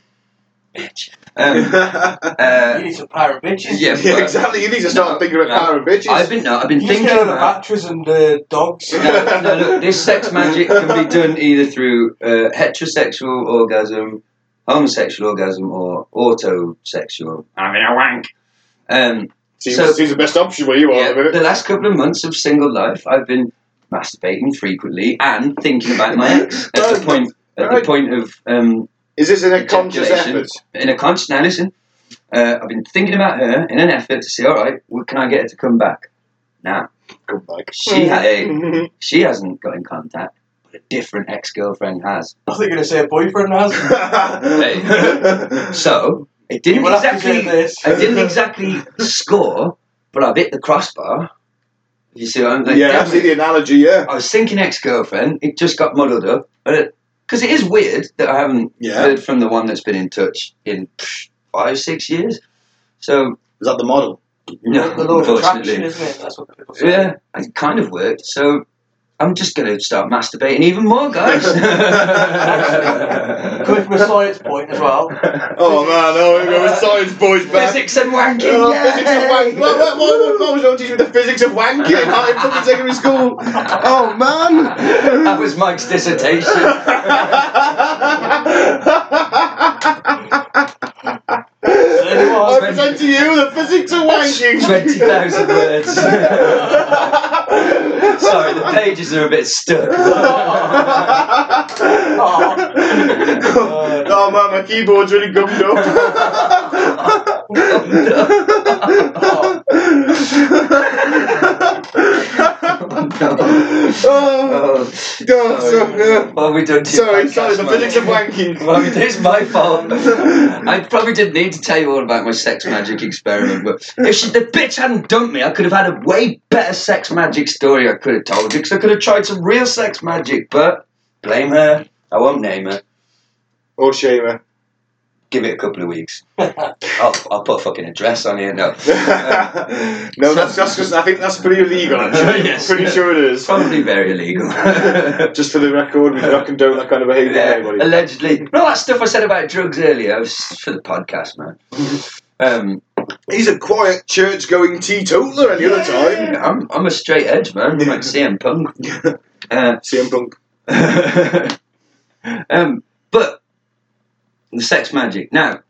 S3: Bitch. Um,
S4: you
S3: uh,
S4: need some power of bitches.
S3: yeah,
S2: yeah,
S3: but
S2: exactly. You need to start
S3: No,
S2: thinking about
S3: no.
S2: power and bitches.
S3: I've been no, I've been
S4: You
S3: thinking
S4: just get on the
S3: about.
S4: batteries and uh,
S3: <laughs>
S4: dogs.
S3: No, no, look, this sex magic can be done either through uh, heterosexual orgasm, homosexual orgasm, or autosexual. I'm in a wank. Um,
S2: seems,
S3: so-
S2: seems the best option where you are
S3: Yeah,
S2: at the minute.
S3: the last couple of months of single life, I've been masturbating frequently and thinking about my ex at the
S2: Right.
S3: point at the
S2: Right.
S3: point of um,
S2: Is this in a conscious
S3: ejaculation.
S2: effort?
S3: in a conscious. Now listen, uh, I've been thinking about her in an effort to see. All right, well, can I get her to come back? Now
S2: Come back.
S3: she ha- eh,
S2: <laughs> I
S3: she hasn't got in contact, but a different ex girlfriend has.
S4: I think you're going to say a boyfriend has.
S2: Hmm.
S3: So it
S4: You
S3: didn't
S4: will have to
S3: exactly.
S4: say this.
S3: I didn't exactly score, but I've hit the crossbar. You see what I'm saying?
S2: yeah, that's the analogy. Yeah,
S3: I was thinking ex-girlfriend. It just got muddled up, because it is weird that I haven't
S2: yeah. Is
S3: heard from the one that's been in touch in psh, five, six years. So
S2: that the model?
S3: no,
S4: the law of
S3: unfortunately,
S4: attraction, isn't it? That's what people say.
S3: yeah, it kind of worked. So I'm just gonna start masturbating even more,
S4: <laughs>
S3: guys. <laughs>
S4: Coming from a science point as well.
S2: Oh man, oh, we've
S3: <laughs>
S2: got science boys back.
S3: Physics and wanking.
S2: Oh,
S3: yay!
S2: physics of wanking. Why, why, why, why was I teaching me the physics of wanking in high fucking secondary school?
S3: <laughs>
S2: Oh man!
S3: That was Mike's dissertation.
S2: I present to you the physics of wanking. <laughs>
S3: 20,000 words. <laughs> Sorry, the pages are a bit
S4: <laughs>
S3: stuck.
S2: oh. man, my keyboard's really gummed up.
S3: Oh, no.
S2: Oh,
S3: Oh,
S2: God, so, yeah.
S3: What have we done to your
S2: Sorry,
S3: podcast,
S2: sorry, the
S3: man?
S2: physics of wanking.
S3: <laughs> Well, I mean, it's my fault. I probably didn't need to tell you all about my sex magic experiment, but if she, the bitch hadn't dumped me, I could have had a way better sex magic story I could have told you, because I could have tried some real sex magic, but blame her. I won't name her.
S2: Or shamer.
S3: Give it a couple of weeks. I'll, I'll put a fucking address on here. No.
S2: <laughs> no, that's that's because I think that's pretty illegal. Actually,
S3: <laughs> Yes.
S2: pretty sure it is.
S3: Probably very
S2: <laughs>
S3: illegal. <laughs>
S2: Just for the record, we do not condone that kind of behaviour.
S3: Yeah,
S2: by anybody.
S3: allegedly. No, that stuff I said about drugs earlier was for the podcast, man. Um,
S2: He's a quiet church-going teetotaler. Any other time,
S3: yeah, I'm, I'm a straight edge, man. I'm like CM
S2: <laughs>
S3: Punk. Uh, <laughs>
S2: CM Punk.
S3: um, but the sex magic. Now,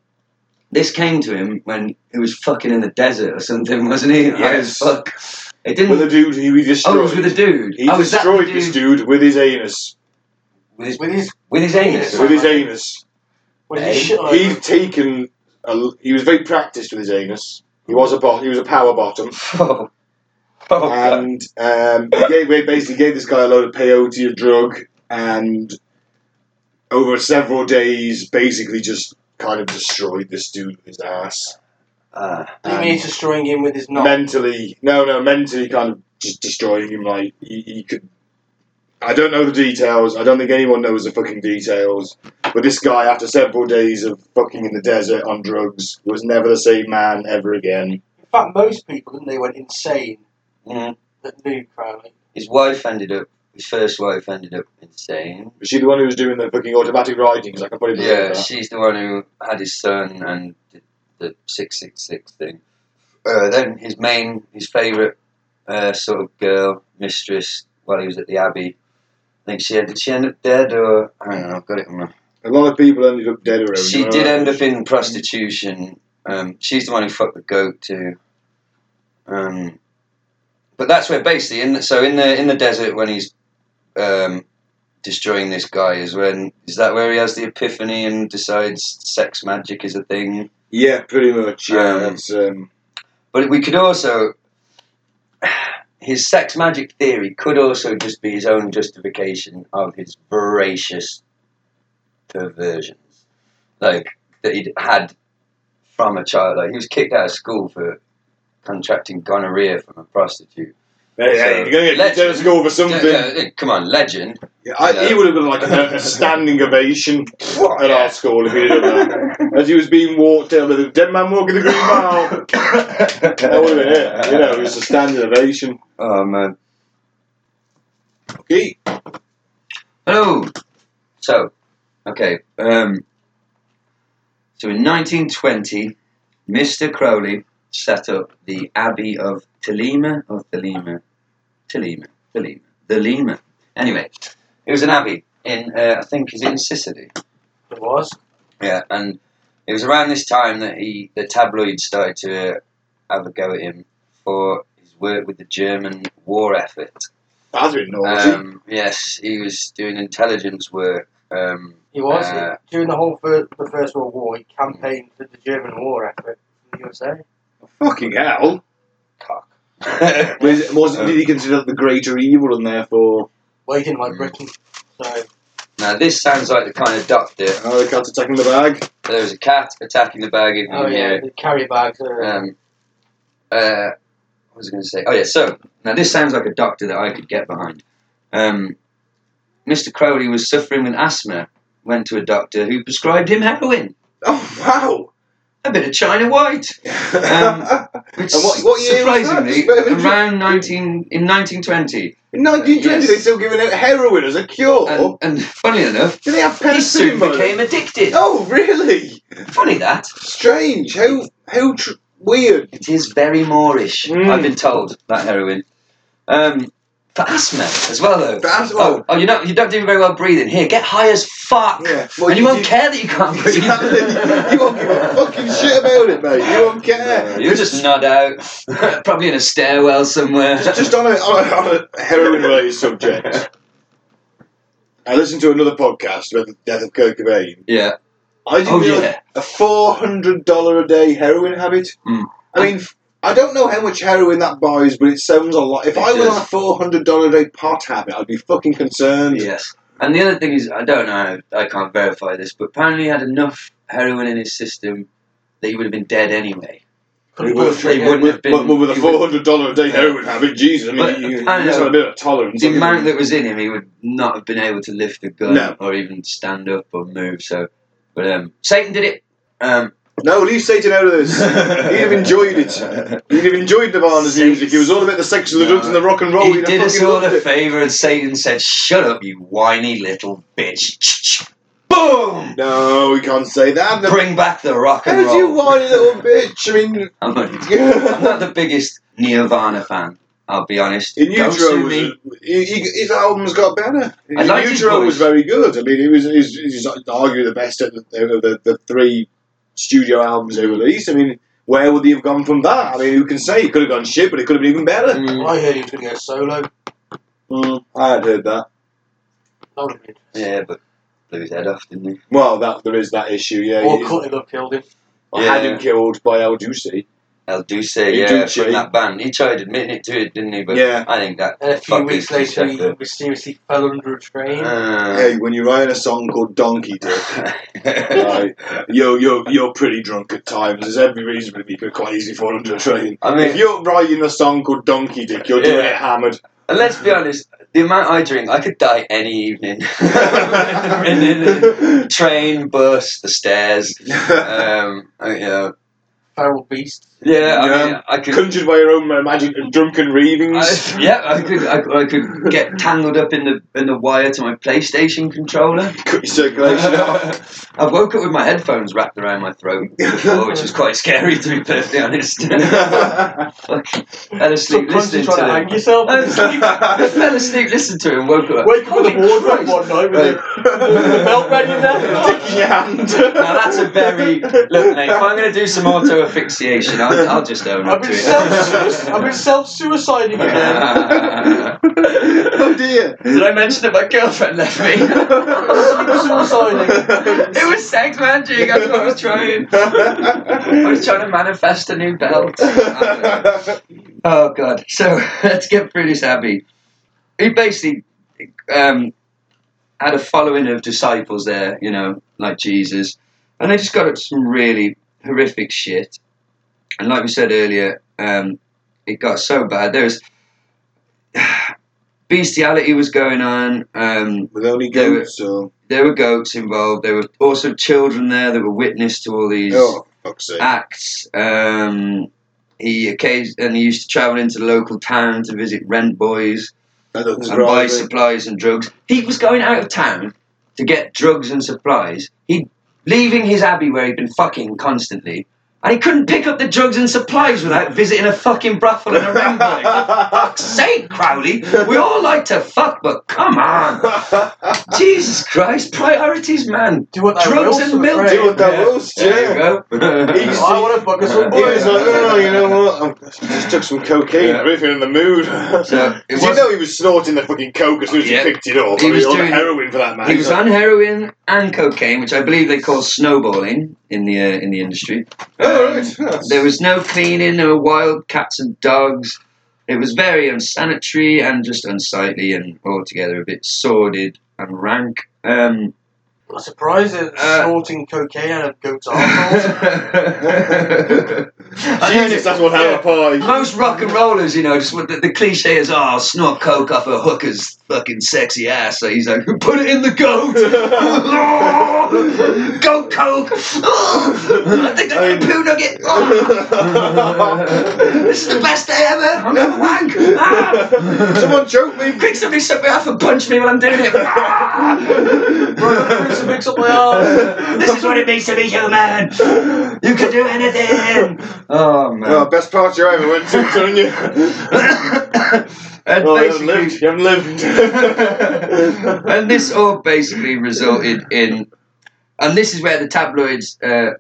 S3: this came to him when he was fucking in the desert or something, wasn't he? High
S2: Yes.
S3: as fuck. It didn't.
S2: With a dude who he
S3: oh,
S2: destroyed.
S3: it was with a dude.
S2: He
S3: oh, was that the
S2: destroyed
S3: dude
S2: this dude with his anus.
S3: with his
S4: With his,
S3: with his anus.
S4: Yes.
S2: With his anus.
S4: with his
S3: Hey,
S4: shit on.
S2: He'd taken. A, l- he was very practiced with his anus. He was a bot. He was a power bottom,
S3: <laughs> Oh, oh God.
S2: and um, he gave, we basically gave this guy a load of peyote, a drug, and over several days, basically just kind of destroyed this dude with his ass.
S3: Uh,
S4: I mean, he's destroying him with his knob.
S2: mentally no no mentally kind of just destroying him like he, he could i don't know the details i don't think anyone knows the fucking details but this guy after several days of fucking in the desert on drugs was never the same man ever again
S4: In fact, most people, didn't they, went insane
S3: mm.
S4: that knew Crowley.
S3: His wife ended up. His first wife ended up insane.
S2: was she the one who was doing the fucking automatic writing 'Cause i can probably believe
S3: Yeah,
S2: that.
S3: she's the one who had his son and did the six six six thing. Uh, then his main, his favourite uh, sort of girl mistress while he was at the Abbey. I think she had, did she end up dead or I don't know. I've got it. On my,
S2: a lot of people ended up dead around
S3: she
S2: her.
S3: did end up in prostitution. Um, she's the one who fucked the goat too. Um, but that's where basically in the, so in the in the desert when he's um, destroying this guy is when is that where he has the epiphany and decides sex magic is a thing.
S2: yeah pretty much yeah
S3: Um,
S2: that's um
S3: But we could also <sighs> his sex magic theory could also just be his own justification of his voracious perversions, like that he'd had from a child. Like he was kicked out of school for contracting gonorrhea from a prostitute.
S2: hey,
S3: so-
S2: hey, you're gonna get
S3: Let's-
S2: let us go over something
S3: Yeah, yeah, Come on, legend.
S2: Yeah, I, he would have been like
S3: <laughs>
S2: a standing ovation at
S3: Yeah.
S2: our school if he had done that as he was being walked down with a dead man walking the green mile That would have been it. You know, it was a standard ovation.
S3: Oh man.
S2: Okay.
S3: Hello. Oh, So, okay. Um, so in 1920, Mr. Crowley set up the Abbey of Thelema or Thelema, Thelema, Thelema, Thelema. Anyway, it was an abbey in uh, I think is it in Sicily.
S4: It was.
S3: Yeah, and it was around this time that he the tabloids started to uh, have a go at him for his work with the German war effort.
S2: That's a bit naughty.
S3: Um, yes, he was doing intelligence work. Um,
S4: He was.
S3: uh,
S4: During the whole first, the First World War, he campaigned for the German war effort in the USA.
S2: Fucking hell.
S3: cock.
S2: Was, was, did he consider that the greater evil and therefore
S4: Well, he didn't like
S3: Mm.
S4: Britain, so
S3: <laughs> now this sounds like the kind of doctor.
S2: oh, the cat's attacking the bag?
S3: There was a cat attacking the bag. If you
S4: oh yeah,
S3: hear
S4: the carrier bags are
S3: it. Um, uh, what was I going to say? Oh yeah. So now this sounds like a doctor that I could get behind. Um, Mr. Crowley was suffering with asthma. Went to a doctor who prescribed him heroin,
S2: Oh,
S3: a bit of China White. Um,
S2: wow.
S3: Which
S2: And what- what year was that?
S3: surprisingly,
S2: Just bear with you.
S3: around 19 in 1920,
S2: <laughs> In 1920,
S3: yes.
S2: they still giving out heroin as a cure.
S3: and, and funny enough,
S2: Did they have
S3: he soon
S2: penicillin? by
S3: became
S2: then?
S3: addicted.
S2: Oh, really?
S3: Funny that.
S2: Strange. How how tr- weird.
S3: It is very Moorish.
S2: Mm.
S3: I've been told that heroin. Um, for asthma as well, though.
S2: For asthma.
S3: Oh, oh, you're not you're not doing very well breathing. Here, get high as fuck,
S2: Yeah.
S3: and you, won't
S2: did-
S3: care that
S2: <laughs>
S3: you can't breathe.
S2: Exactly. you won't give a fucking shit about it, mate. You won't care.
S3: You'll just nod out, <laughs> probably in a stairwell somewhere.
S2: Just- just on a, on a, on a heroin related subject, I listened to another podcast about the death of Kurt Cobain.
S3: yeah.
S2: I didn't
S3: Oh
S2: realize
S3: yeah.
S2: a $400 a day heroin habit.
S3: Mm.
S2: I mean, f- I don't know how much heroin that buys, but it sounds a lot. If
S3: It
S2: I was
S3: does.
S2: on a four hundred dollar a day pot habit, I'd be fucking concerned.
S3: Yes. And the other thing is, I don't know, I can't verify this, but apparently he had enough heroin in his system that he would have been dead anyway.
S2: It
S4: Could've
S2: would-
S4: worked for
S3: they
S4: you.
S3: wouldn't have
S2: But, but
S3: been-
S2: with a four hundred dollar a day heroin habit, Jesus, I mean,
S3: But
S2: you, you
S3: I know.
S2: must have a bit of tolerance.
S3: The amount that was in him, he would not have been able to lift the gun
S2: No.
S3: or even stand up or move. So, but um, Satan did it.
S2: <laughs>
S3: Um,
S2: no, leave Satan out of this.
S3: <laughs>
S2: He'd have enjoyed it. He'd have enjoyed Nirvana's
S3: Satan-
S2: music. It was all about the sex and the
S3: No.
S2: drugs and the rock and roll.
S3: he
S2: He'd have
S3: did us
S2: fucking
S3: all
S2: loved
S3: a
S2: it.
S3: favour, and Satan said, "Shut up, you whiny little bitch!" Boom!
S2: No, we can't say that. The-
S3: Bring back the rock and
S2: How's
S3: roll.
S2: you whiny little bitch? I
S3: <laughs>
S2: mean,
S3: I'm not, I'm not the biggest Nirvana fan. I'll be honest.
S2: In
S3: Don't
S2: Utero,
S3: sue
S2: was,
S3: me.
S2: he, he- his albums got better.
S3: I
S2: in
S3: like his
S2: Utero
S3: voice.
S2: was very good. I mean, he was he's, he's arguably the best out of the, of the, the three studio albums they released. I mean, where would he have gone from that? I mean, who can say? He could have gone shit, but it could have been even better.
S3: Mm,
S4: Well, I heard he was going to go solo.
S2: Mm, I had heard that.
S4: That would have been
S3: yeah, but blew his head off, didn't he?
S2: Well, that there is that issue. Yeah,
S4: Or
S2: he-
S4: cut him up, killed him.
S2: I
S3: Yeah.
S2: had him killed by El Ducey.
S3: El Duce, yeah,
S2: Duce.
S3: from that band. He tried admitting it to it, didn't he? But
S2: Yeah.
S3: I think that.
S4: And a few
S3: fucking
S4: weeks
S3: piece
S4: later,
S3: of
S4: he
S3: shit.
S4: mysteriously fell under a train.
S3: Uh,
S2: Hey, when you're writing a song called Donkey Dick, Right. yo, yo, you're pretty drunk at times. There's every reason that you could quite easily fall under a train.
S3: <laughs> I
S2: If
S3: mean,
S2: you're writing a song called Donkey Dick, you're doing
S3: Yeah.
S2: it hammered.
S3: and let's be honest, the amount I drink, I could die any evening. <laughs> <laughs> and then the train, bus, the stairs. Um, I- you know,
S4: Feral beast.
S3: yeah, I mean,
S2: Yeah.
S3: I could.
S2: <laughs> Conjured by your own uh, magic and drunken ravings.
S3: I, yeah, I could. I, I could get tangled up in the in the wire to my PlayStation controller.
S2: Cut your circulation
S3: <laughs>
S2: off.
S3: I woke up with my headphones wrapped around my throat before, which was quite scary to be perfectly honest. fell asleep
S4: Subconsciously
S3: listening to
S4: trying to hang
S3: them.
S4: yourself.
S3: I was- I fell asleep listening to it and woke up.
S4: Wake up with a
S3: "Holy
S4: wardrobe
S3: Christ."
S4: one night with a the belt round
S3: <laughs>
S4: your neck.
S2: Dick in your hand.
S3: Now that's a very look, mate. If I'm going to do some auto asphyxiation, I'll, I'll just own
S4: I've
S3: up to
S4: been
S3: <laughs>
S4: self I've been
S3: it.
S4: self suiciding again.
S2: <laughs> oh dear.
S3: Did I mention that my girlfriend left me? it was sex magic. That's what I was trying. I was trying to manifest a new
S2: <laughs>
S3: belt. Oh god. So <laughs> let's get through this Abbey. He basically um, had a following of disciples there, you know, like Jesus, and they just got up to some really horrific shit. And like we said earlier, um, it got so bad. There was <sighs> bestiality was going on. Um,
S2: With only
S3: They were-
S2: goats, so.
S3: there were goats involved. There were also children there that were witness to all these
S2: Oh, fuck's sake.
S3: acts. Um, he occasion- and he used to travel into the local town to visit rent boys
S2: That doesn't
S3: and buy
S2: surprise me.
S3: supplies and drugs. He was going out of town to get drugs and supplies. He leaving his abbey where he'd been fucking constantly, and he couldn't pick up the drugs and supplies without visiting a fucking brothel and a rent boy.
S2: <laughs>
S3: For fuck's sake, Crowley, we all like to fuck, but come
S2: <laughs>
S3: on, Jesus Christ, priorities, man.
S4: Do what they
S3: Drugs
S4: will
S3: and
S4: for the
S3: milk.
S4: friend.
S2: Do what that was,
S3: There
S2: yeah.
S3: you go.
S2: He's-
S4: I want to fuck us
S3: He
S4: up,
S2: He was
S4: boys.
S2: like, oh, you know what? I just took some cocaine,
S3: Yeah.
S2: yeah. really in the mood.
S3: So, it
S2: Did you
S3: wasn't-
S2: know he was snorting the fucking coke as soon as
S3: Yeah.
S2: he picked it up?
S3: He
S2: I mean,
S3: was
S2: all the
S3: doing-
S2: heroin for that man.
S3: He was on heroin and cocaine, which I believe they call snowballing in the uh, in the industry. Um,
S2: Oh, right. Yes.
S3: There was no cleaning. There were wild cats and dogs. It was very unsanitary and just unsightly and altogether a bit sordid and rank. Um,
S4: I'm surprised that
S3: Uh,
S4: snorting cocaine out of goat's
S3: <laughs>
S4: arseholes.
S3: I heard
S2: Jesus,
S3: it-
S2: that's one hell of a pie.
S3: most rock and rollers, you know, just what the, the cliche is, oh, I'll snort coke off a hooker's fucking sexy ass. So he's like, put it in the goat. <laughs> Go coke. <laughs> I think I got a poo nugget. <laughs> this is the best day ever. I'm gonna wank. Ah.
S2: Someone choke me.
S3: Quick, somebody suck me off and punch me while I'm doing it. <laughs> Ah.
S4: Crucifix up my arm.
S3: This is what it means to be human. You can do anything. Oh man.
S2: Oh, best party I ever went to, <laughs> didn't you?
S3: and
S2: Oh, you haven't lived.
S3: basically,
S2: You haven't lived. <laughs>
S3: <laughs> and this all basically resulted in, and this is where the tabloids. Uh,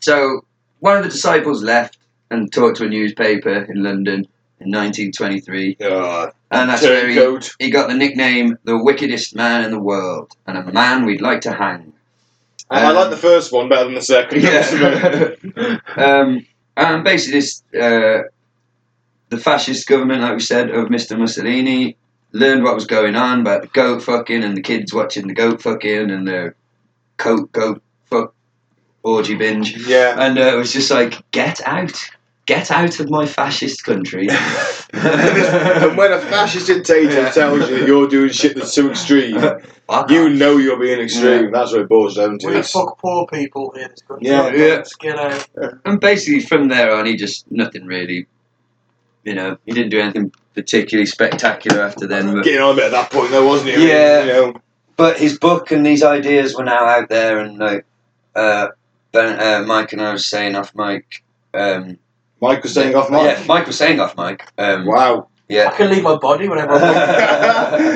S3: so one of the disciples left and talked to a newspaper in London in 1923,
S2: oh,
S3: and that's where he,
S2: turncoat.
S3: he got the nickname "the wickedest man in the world" and a man we'd like to hang.
S2: I- I like the first one better than the second.
S3: Yeah. um, and basically, this uh, the fascist government, like we said, of Mr. Mussolini learned what was going on about the goat fucking and the kids watching the goat fucking and the coat goat fuck orgy binge. <laughs>
S2: Yeah.
S3: And uh, it was just like, get out. Get out of my fascist country.
S2: and when a fascist dictator
S3: Yeah.
S2: tells you that you're doing shit that's too extreme,
S3: Fuck
S2: you
S3: off.
S2: know you're being extreme. That's what it boils down to.
S4: We
S2: It's-
S4: fuck poor people in this country.
S2: Yeah,
S3: yeah.
S4: Let's get out.
S3: And basically, from there on, he just nothing really. You know, he didn't do anything particularly spectacular after then. But,
S2: Getting on a bit at that point, though, wasn't it?
S3: Yeah.
S2: You know,
S3: but his book and these ideas were now out there, and like uh, ben, uh, Mike and I was saying off Mike. Um,
S2: Mike was saying off Mike.
S3: Yeah, Mike was saying off Mike. Um,
S2: Wow.
S4: I
S3: Yeah.
S4: can leave my body whenever I want.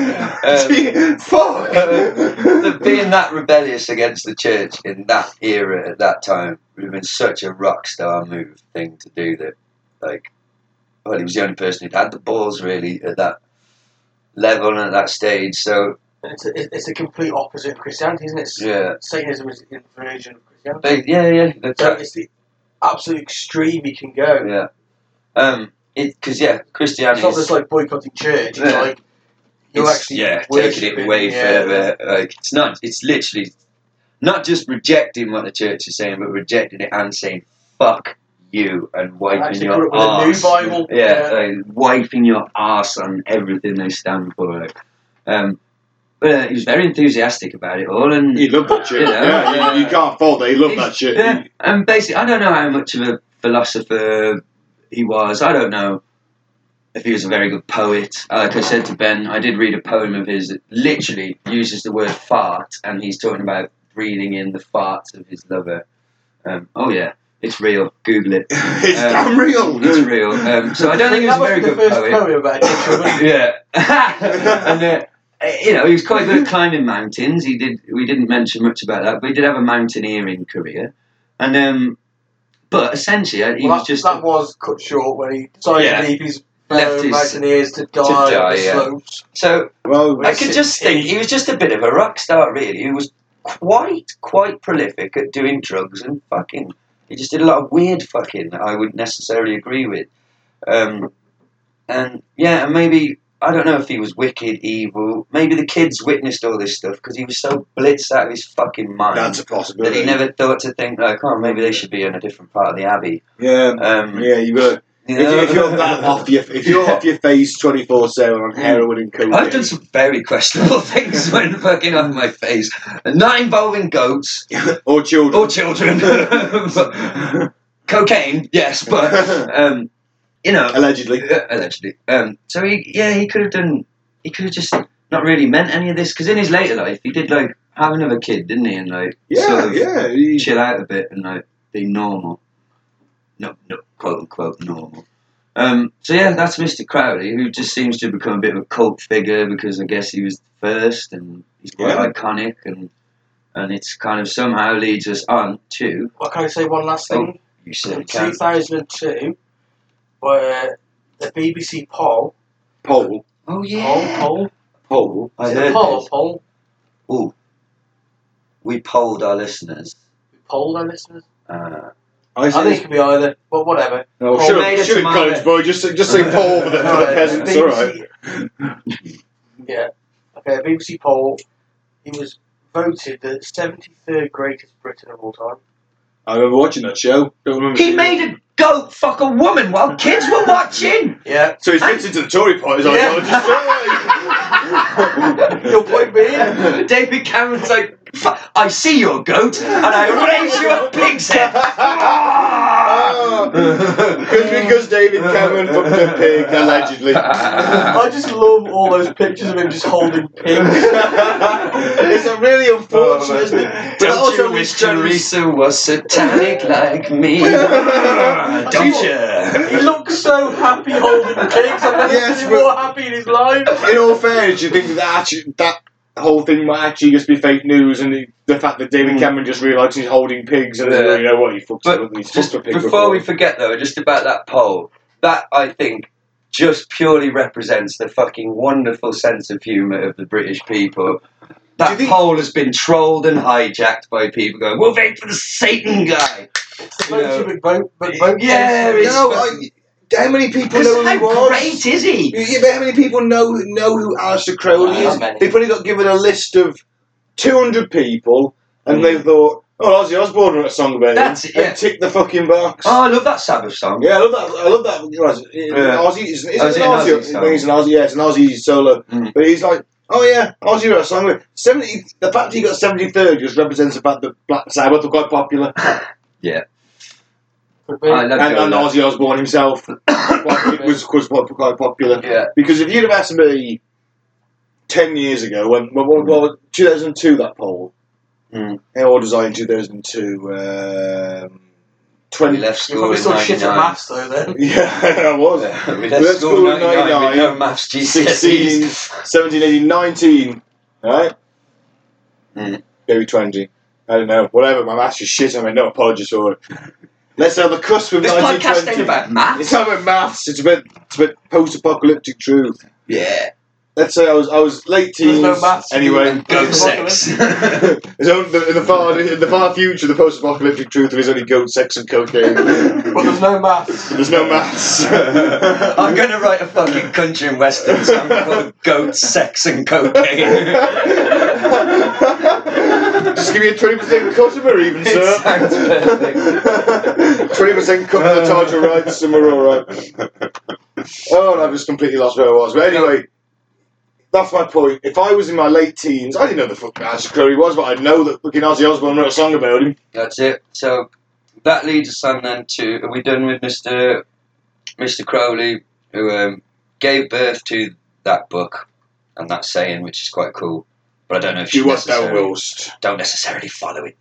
S3: <laughs> Um,
S2: Fuck.
S3: The- being that rebellious against the church in that era at that time would have been such a rock star move thing to do that like well he was the only person who'd had the balls really at that level and at that stage so
S4: It's a, it's a complete opposite of Christianity, isn't it?
S3: yeah
S4: Satanism is an inversion of Christianity.
S3: They- yeah yeah that's
S4: So
S3: right.
S4: it's the absolute extreme you can go.
S3: yeah um because yeah
S4: It's
S3: Christianity
S4: not
S3: is,
S4: just like boycotting church. It's
S3: Yeah.
S4: like you're
S3: it's-
S4: actually
S3: yeah taking
S4: worshipping,
S3: it way
S4: yeah.
S3: further like it's not it's literally not just rejecting what the church is saying but rejecting it and saying fuck you and wiping
S4: Actually,
S3: your
S4: put up
S3: arse.
S4: with a new Bible.
S3: yeah, like wiping your ass on everything they stand for. Like. Um, but uh, he was very enthusiastic about it all, and
S2: He loved that shit.
S3: You know,
S2: yeah,
S3: yeah.
S2: You, you can't fault that. He loved that shit.
S4: <laughs>
S3: yeah, and basically, I don't know how much of a philosopher he was. I don't know if he was a very good poet. Like I said to Ben, I did read a poem of his that literally uses the word fart, and he's talking about breathing in the farts of his lover. Um, oh yeah, it's real. Google it.
S2: <laughs> it's
S3: Um,
S2: damn real.
S3: It's real. Um, so I don't think he was a
S4: that must
S3: very
S4: be the
S3: good
S4: first
S3: poet.
S4: poem
S3: <laughs>
S4: about it, wasn't it?
S3: yeah. and uh, you know, he was quite good at climbing mountains. He did. We didn't mention much about that, but he did have a mountaineering career. And um, but essentially, uh, he
S4: Well,
S3: was
S4: that,
S3: just
S4: that was cut short when he decided
S3: Yeah.
S4: to leave his
S3: Left
S4: fellow
S3: his-
S4: mountaineers to die,
S3: die,
S4: on the
S3: yeah.
S4: slopes.
S3: so.
S2: <laughs> well,
S3: I could just think he was just a bit of a rock star, really. He was quite quite prolific at doing drugs and fucking. He just did a lot of weird fucking that I wouldn't necessarily agree with. Um, and yeah, and maybe I don't know if he was wicked, evil. Maybe the kids witnessed all this stuff because he was so blitzed out of his fucking mind
S2: that's a
S3: that
S2: possibility.
S3: he never thought to think like, oh, maybe they should be in a different part of the abbey.
S2: yeah.
S3: Um,
S2: Yeah, you
S3: <laughs>
S2: were. If,
S3: you
S2: you,
S3: know?
S2: if you're
S3: <laughs>
S2: that off your, if you're off your face twenty four seven on heroin and cocaine,
S3: I've done some very questionable <laughs> things when fucking off my face, not involving goats
S2: <laughs> or children,
S3: <laughs> or children. But- cocaine, yes, but um, you know,
S2: allegedly.
S3: uh, allegedly. Um, so he, yeah, he could have done. He could have just not really meant any of this because in his later life he did like have another kid, didn't he? And like
S2: Yeah,
S3: sort of
S2: yeah. he-
S3: chill out a bit and like be normal. No, no, quote unquote normal. Um, so yeah, that's Mr. Crowley, who just seems to become a bit of a cult figure because I guess he was first and he's quite
S2: Yeah.
S3: iconic and and it's kind of somehow leads us on to
S4: What can I say? One last thing.
S3: Oh, you
S4: in
S3: certainly can.
S4: 2002, where the BBC poll,
S2: Paul,
S3: Oh
S4: poll,
S3: yeah,
S4: poll,
S2: Paul.
S3: I
S4: is it
S3: heard
S4: a poll,
S3: this.
S4: or poll,
S3: we polled our listeners.
S4: poll, our listeners.
S3: Uh,
S2: I
S4: I think it
S2: think.
S4: could be either, but whatever.
S2: Oh,
S3: Paul
S2: shut
S3: made
S2: up,
S3: us
S2: shut up,
S3: mad.
S2: college boy. Just, just say Paul for the, for the
S4: Alright,
S2: peasants.
S4: BBC
S2: All right.
S4: yeah. Okay, a BBC poll. He was voted the 73rd greatest Briton of all time.
S2: I remember watching that show. Don't remember.
S3: he
S2: seeing it.
S3: made a goat fuck a woman while kids were watching.
S4: Yeah.
S2: So he fits into the Tory party. He's
S3: Yeah.
S2: like, "Oh, <laughs>
S3: <laughs>
S2: just
S4: Your point being,
S3: David Cameron's like, "F- I see your goat and I raise you a pig's <laughs> head.
S2: Because because David Cameron fucked a pig allegedly. <laughs>
S4: I just love all those pictures of him just holding pigs.
S2: it's a really unfortunate, isn't it? But
S3: Oh, Don't
S2: also
S3: you
S2: we
S3: wish
S2: can-
S3: Teresa was satanic like <laughs>
S2: <laughs>
S3: me? Don't
S4: He
S3: you?
S4: looks so happy holding pigs. I've never
S2: Yes,
S4: seen him
S2: but-
S4: more happy in his life.
S2: In all fairness, do you think that actually, that whole thing might actually just be fake news, and the, the fact that David
S3: Mm.
S2: Cameron just realised he's holding pigs, and
S3: Yeah.
S2: you know what, he fucks
S3: But
S2: them up and he's
S3: Just
S2: fucked a pig
S3: before, we forget though, just about that poll, that I think just purely represents the fucking wonderful sense of humour of the British people.
S2: Do
S3: That
S2: you think-
S3: poll has been trolled and hijacked by people going, "We'll vote for the Satan guy."
S4: Vote, vote, vote, vote,
S3: Yeah,
S4: yes.
S3: it's
S2: No,
S3: fucking-
S2: How many people
S3: Because
S2: know who he
S3: how
S2: was?
S3: great is he?
S2: Yeah, but how many people know know who Alistair Crowley
S4: Not
S2: is?
S4: many.
S2: They probably got given a list of 200 people, and
S3: Mm.
S2: they thought, "Oh, Ozzy Osbourne wrote a song about
S3: That's
S2: him,"
S3: it, yeah.
S2: and ticked the fucking box.
S3: Oh, I love that Sabbath song.
S2: Yeah, I love that. I love that. you know, it-
S3: Yeah.
S2: Ozzy is it
S3: Ozzy
S2: an
S3: and
S2: Ozzy?
S3: Ozzy song.
S2: It's an Ozzy. Yeah, it's an Ozzy solo.
S3: Mm.
S2: But he's like, oh yeah, Ozzy wrote a song. with- Seventy. The fact he got seventy third just represents the fact that Black Sabbath were quite
S3: <laughs>
S2: popular,
S4: Could be.
S3: I love
S2: and,
S3: Joe
S2: and
S3: Love.
S2: Ozzy Osbourne
S3: <coughs>
S2: himself quite, was was quite, quite popular.
S3: Yeah.
S2: Because if you'd have asked me ten years ago, when well, well, well two thousand two that poll,
S3: Mm.
S2: how old was I in two thousand two? Um,
S3: We
S2: Twenty.
S3: left school
S4: You're probably
S3: in
S4: still shit at
S3: 99.
S4: maths though then.
S2: <laughs> Yeah, I was.
S3: Yeah, <laughs> we
S2: Let's
S3: left school
S2: go
S3: in 99 with no maths
S2: 16,
S3: GCSEs.
S2: 17, 18, 19, right?
S3: Mm.
S2: Maybe 20. I don't know. Whatever, my maths is shit. I mean, no apologies for it. Let's have a cusp of
S3: This podcast
S2: 1920.
S3: ain't about maths.
S2: It's not about maths. It's about, it's about post-apocalyptic truth.
S3: Yeah.
S2: Let's say I was I was late
S4: There's
S2: teens.
S4: no maths.
S2: Anyway,
S3: Goat sex. <laughs>
S2: There's only- the- in the far in the far future, the post-apocalyptic truth is only goat sex and cocaine.
S4: But there's no maths.
S2: There's no maths.
S3: I'm going to write a fucking country and western song called Goat, Sex and Cocaine.
S2: Just give me a twenty percent cut of her, even <laughs>
S3: It
S2: sir.
S3: sounds perfect.
S2: Twenty percent cut of the Tartar rights, and we're all right. Oh, and I've just completely lost where I was. But anyway, that's my point. If I was in my late teens, I didn't know the fucking Alistair Crowley was, but I know that fucking Ozzy Osbourne wrote a song about him.
S3: That's it. So that leads us on then to are we done with Mr. Mr. Crowley, who um, gave birth to that book and that saying, which is quite cool. But I don't know if
S2: You
S3: you
S2: what thou
S3: necessarily,
S2: willst.
S3: don't necessarily follow it.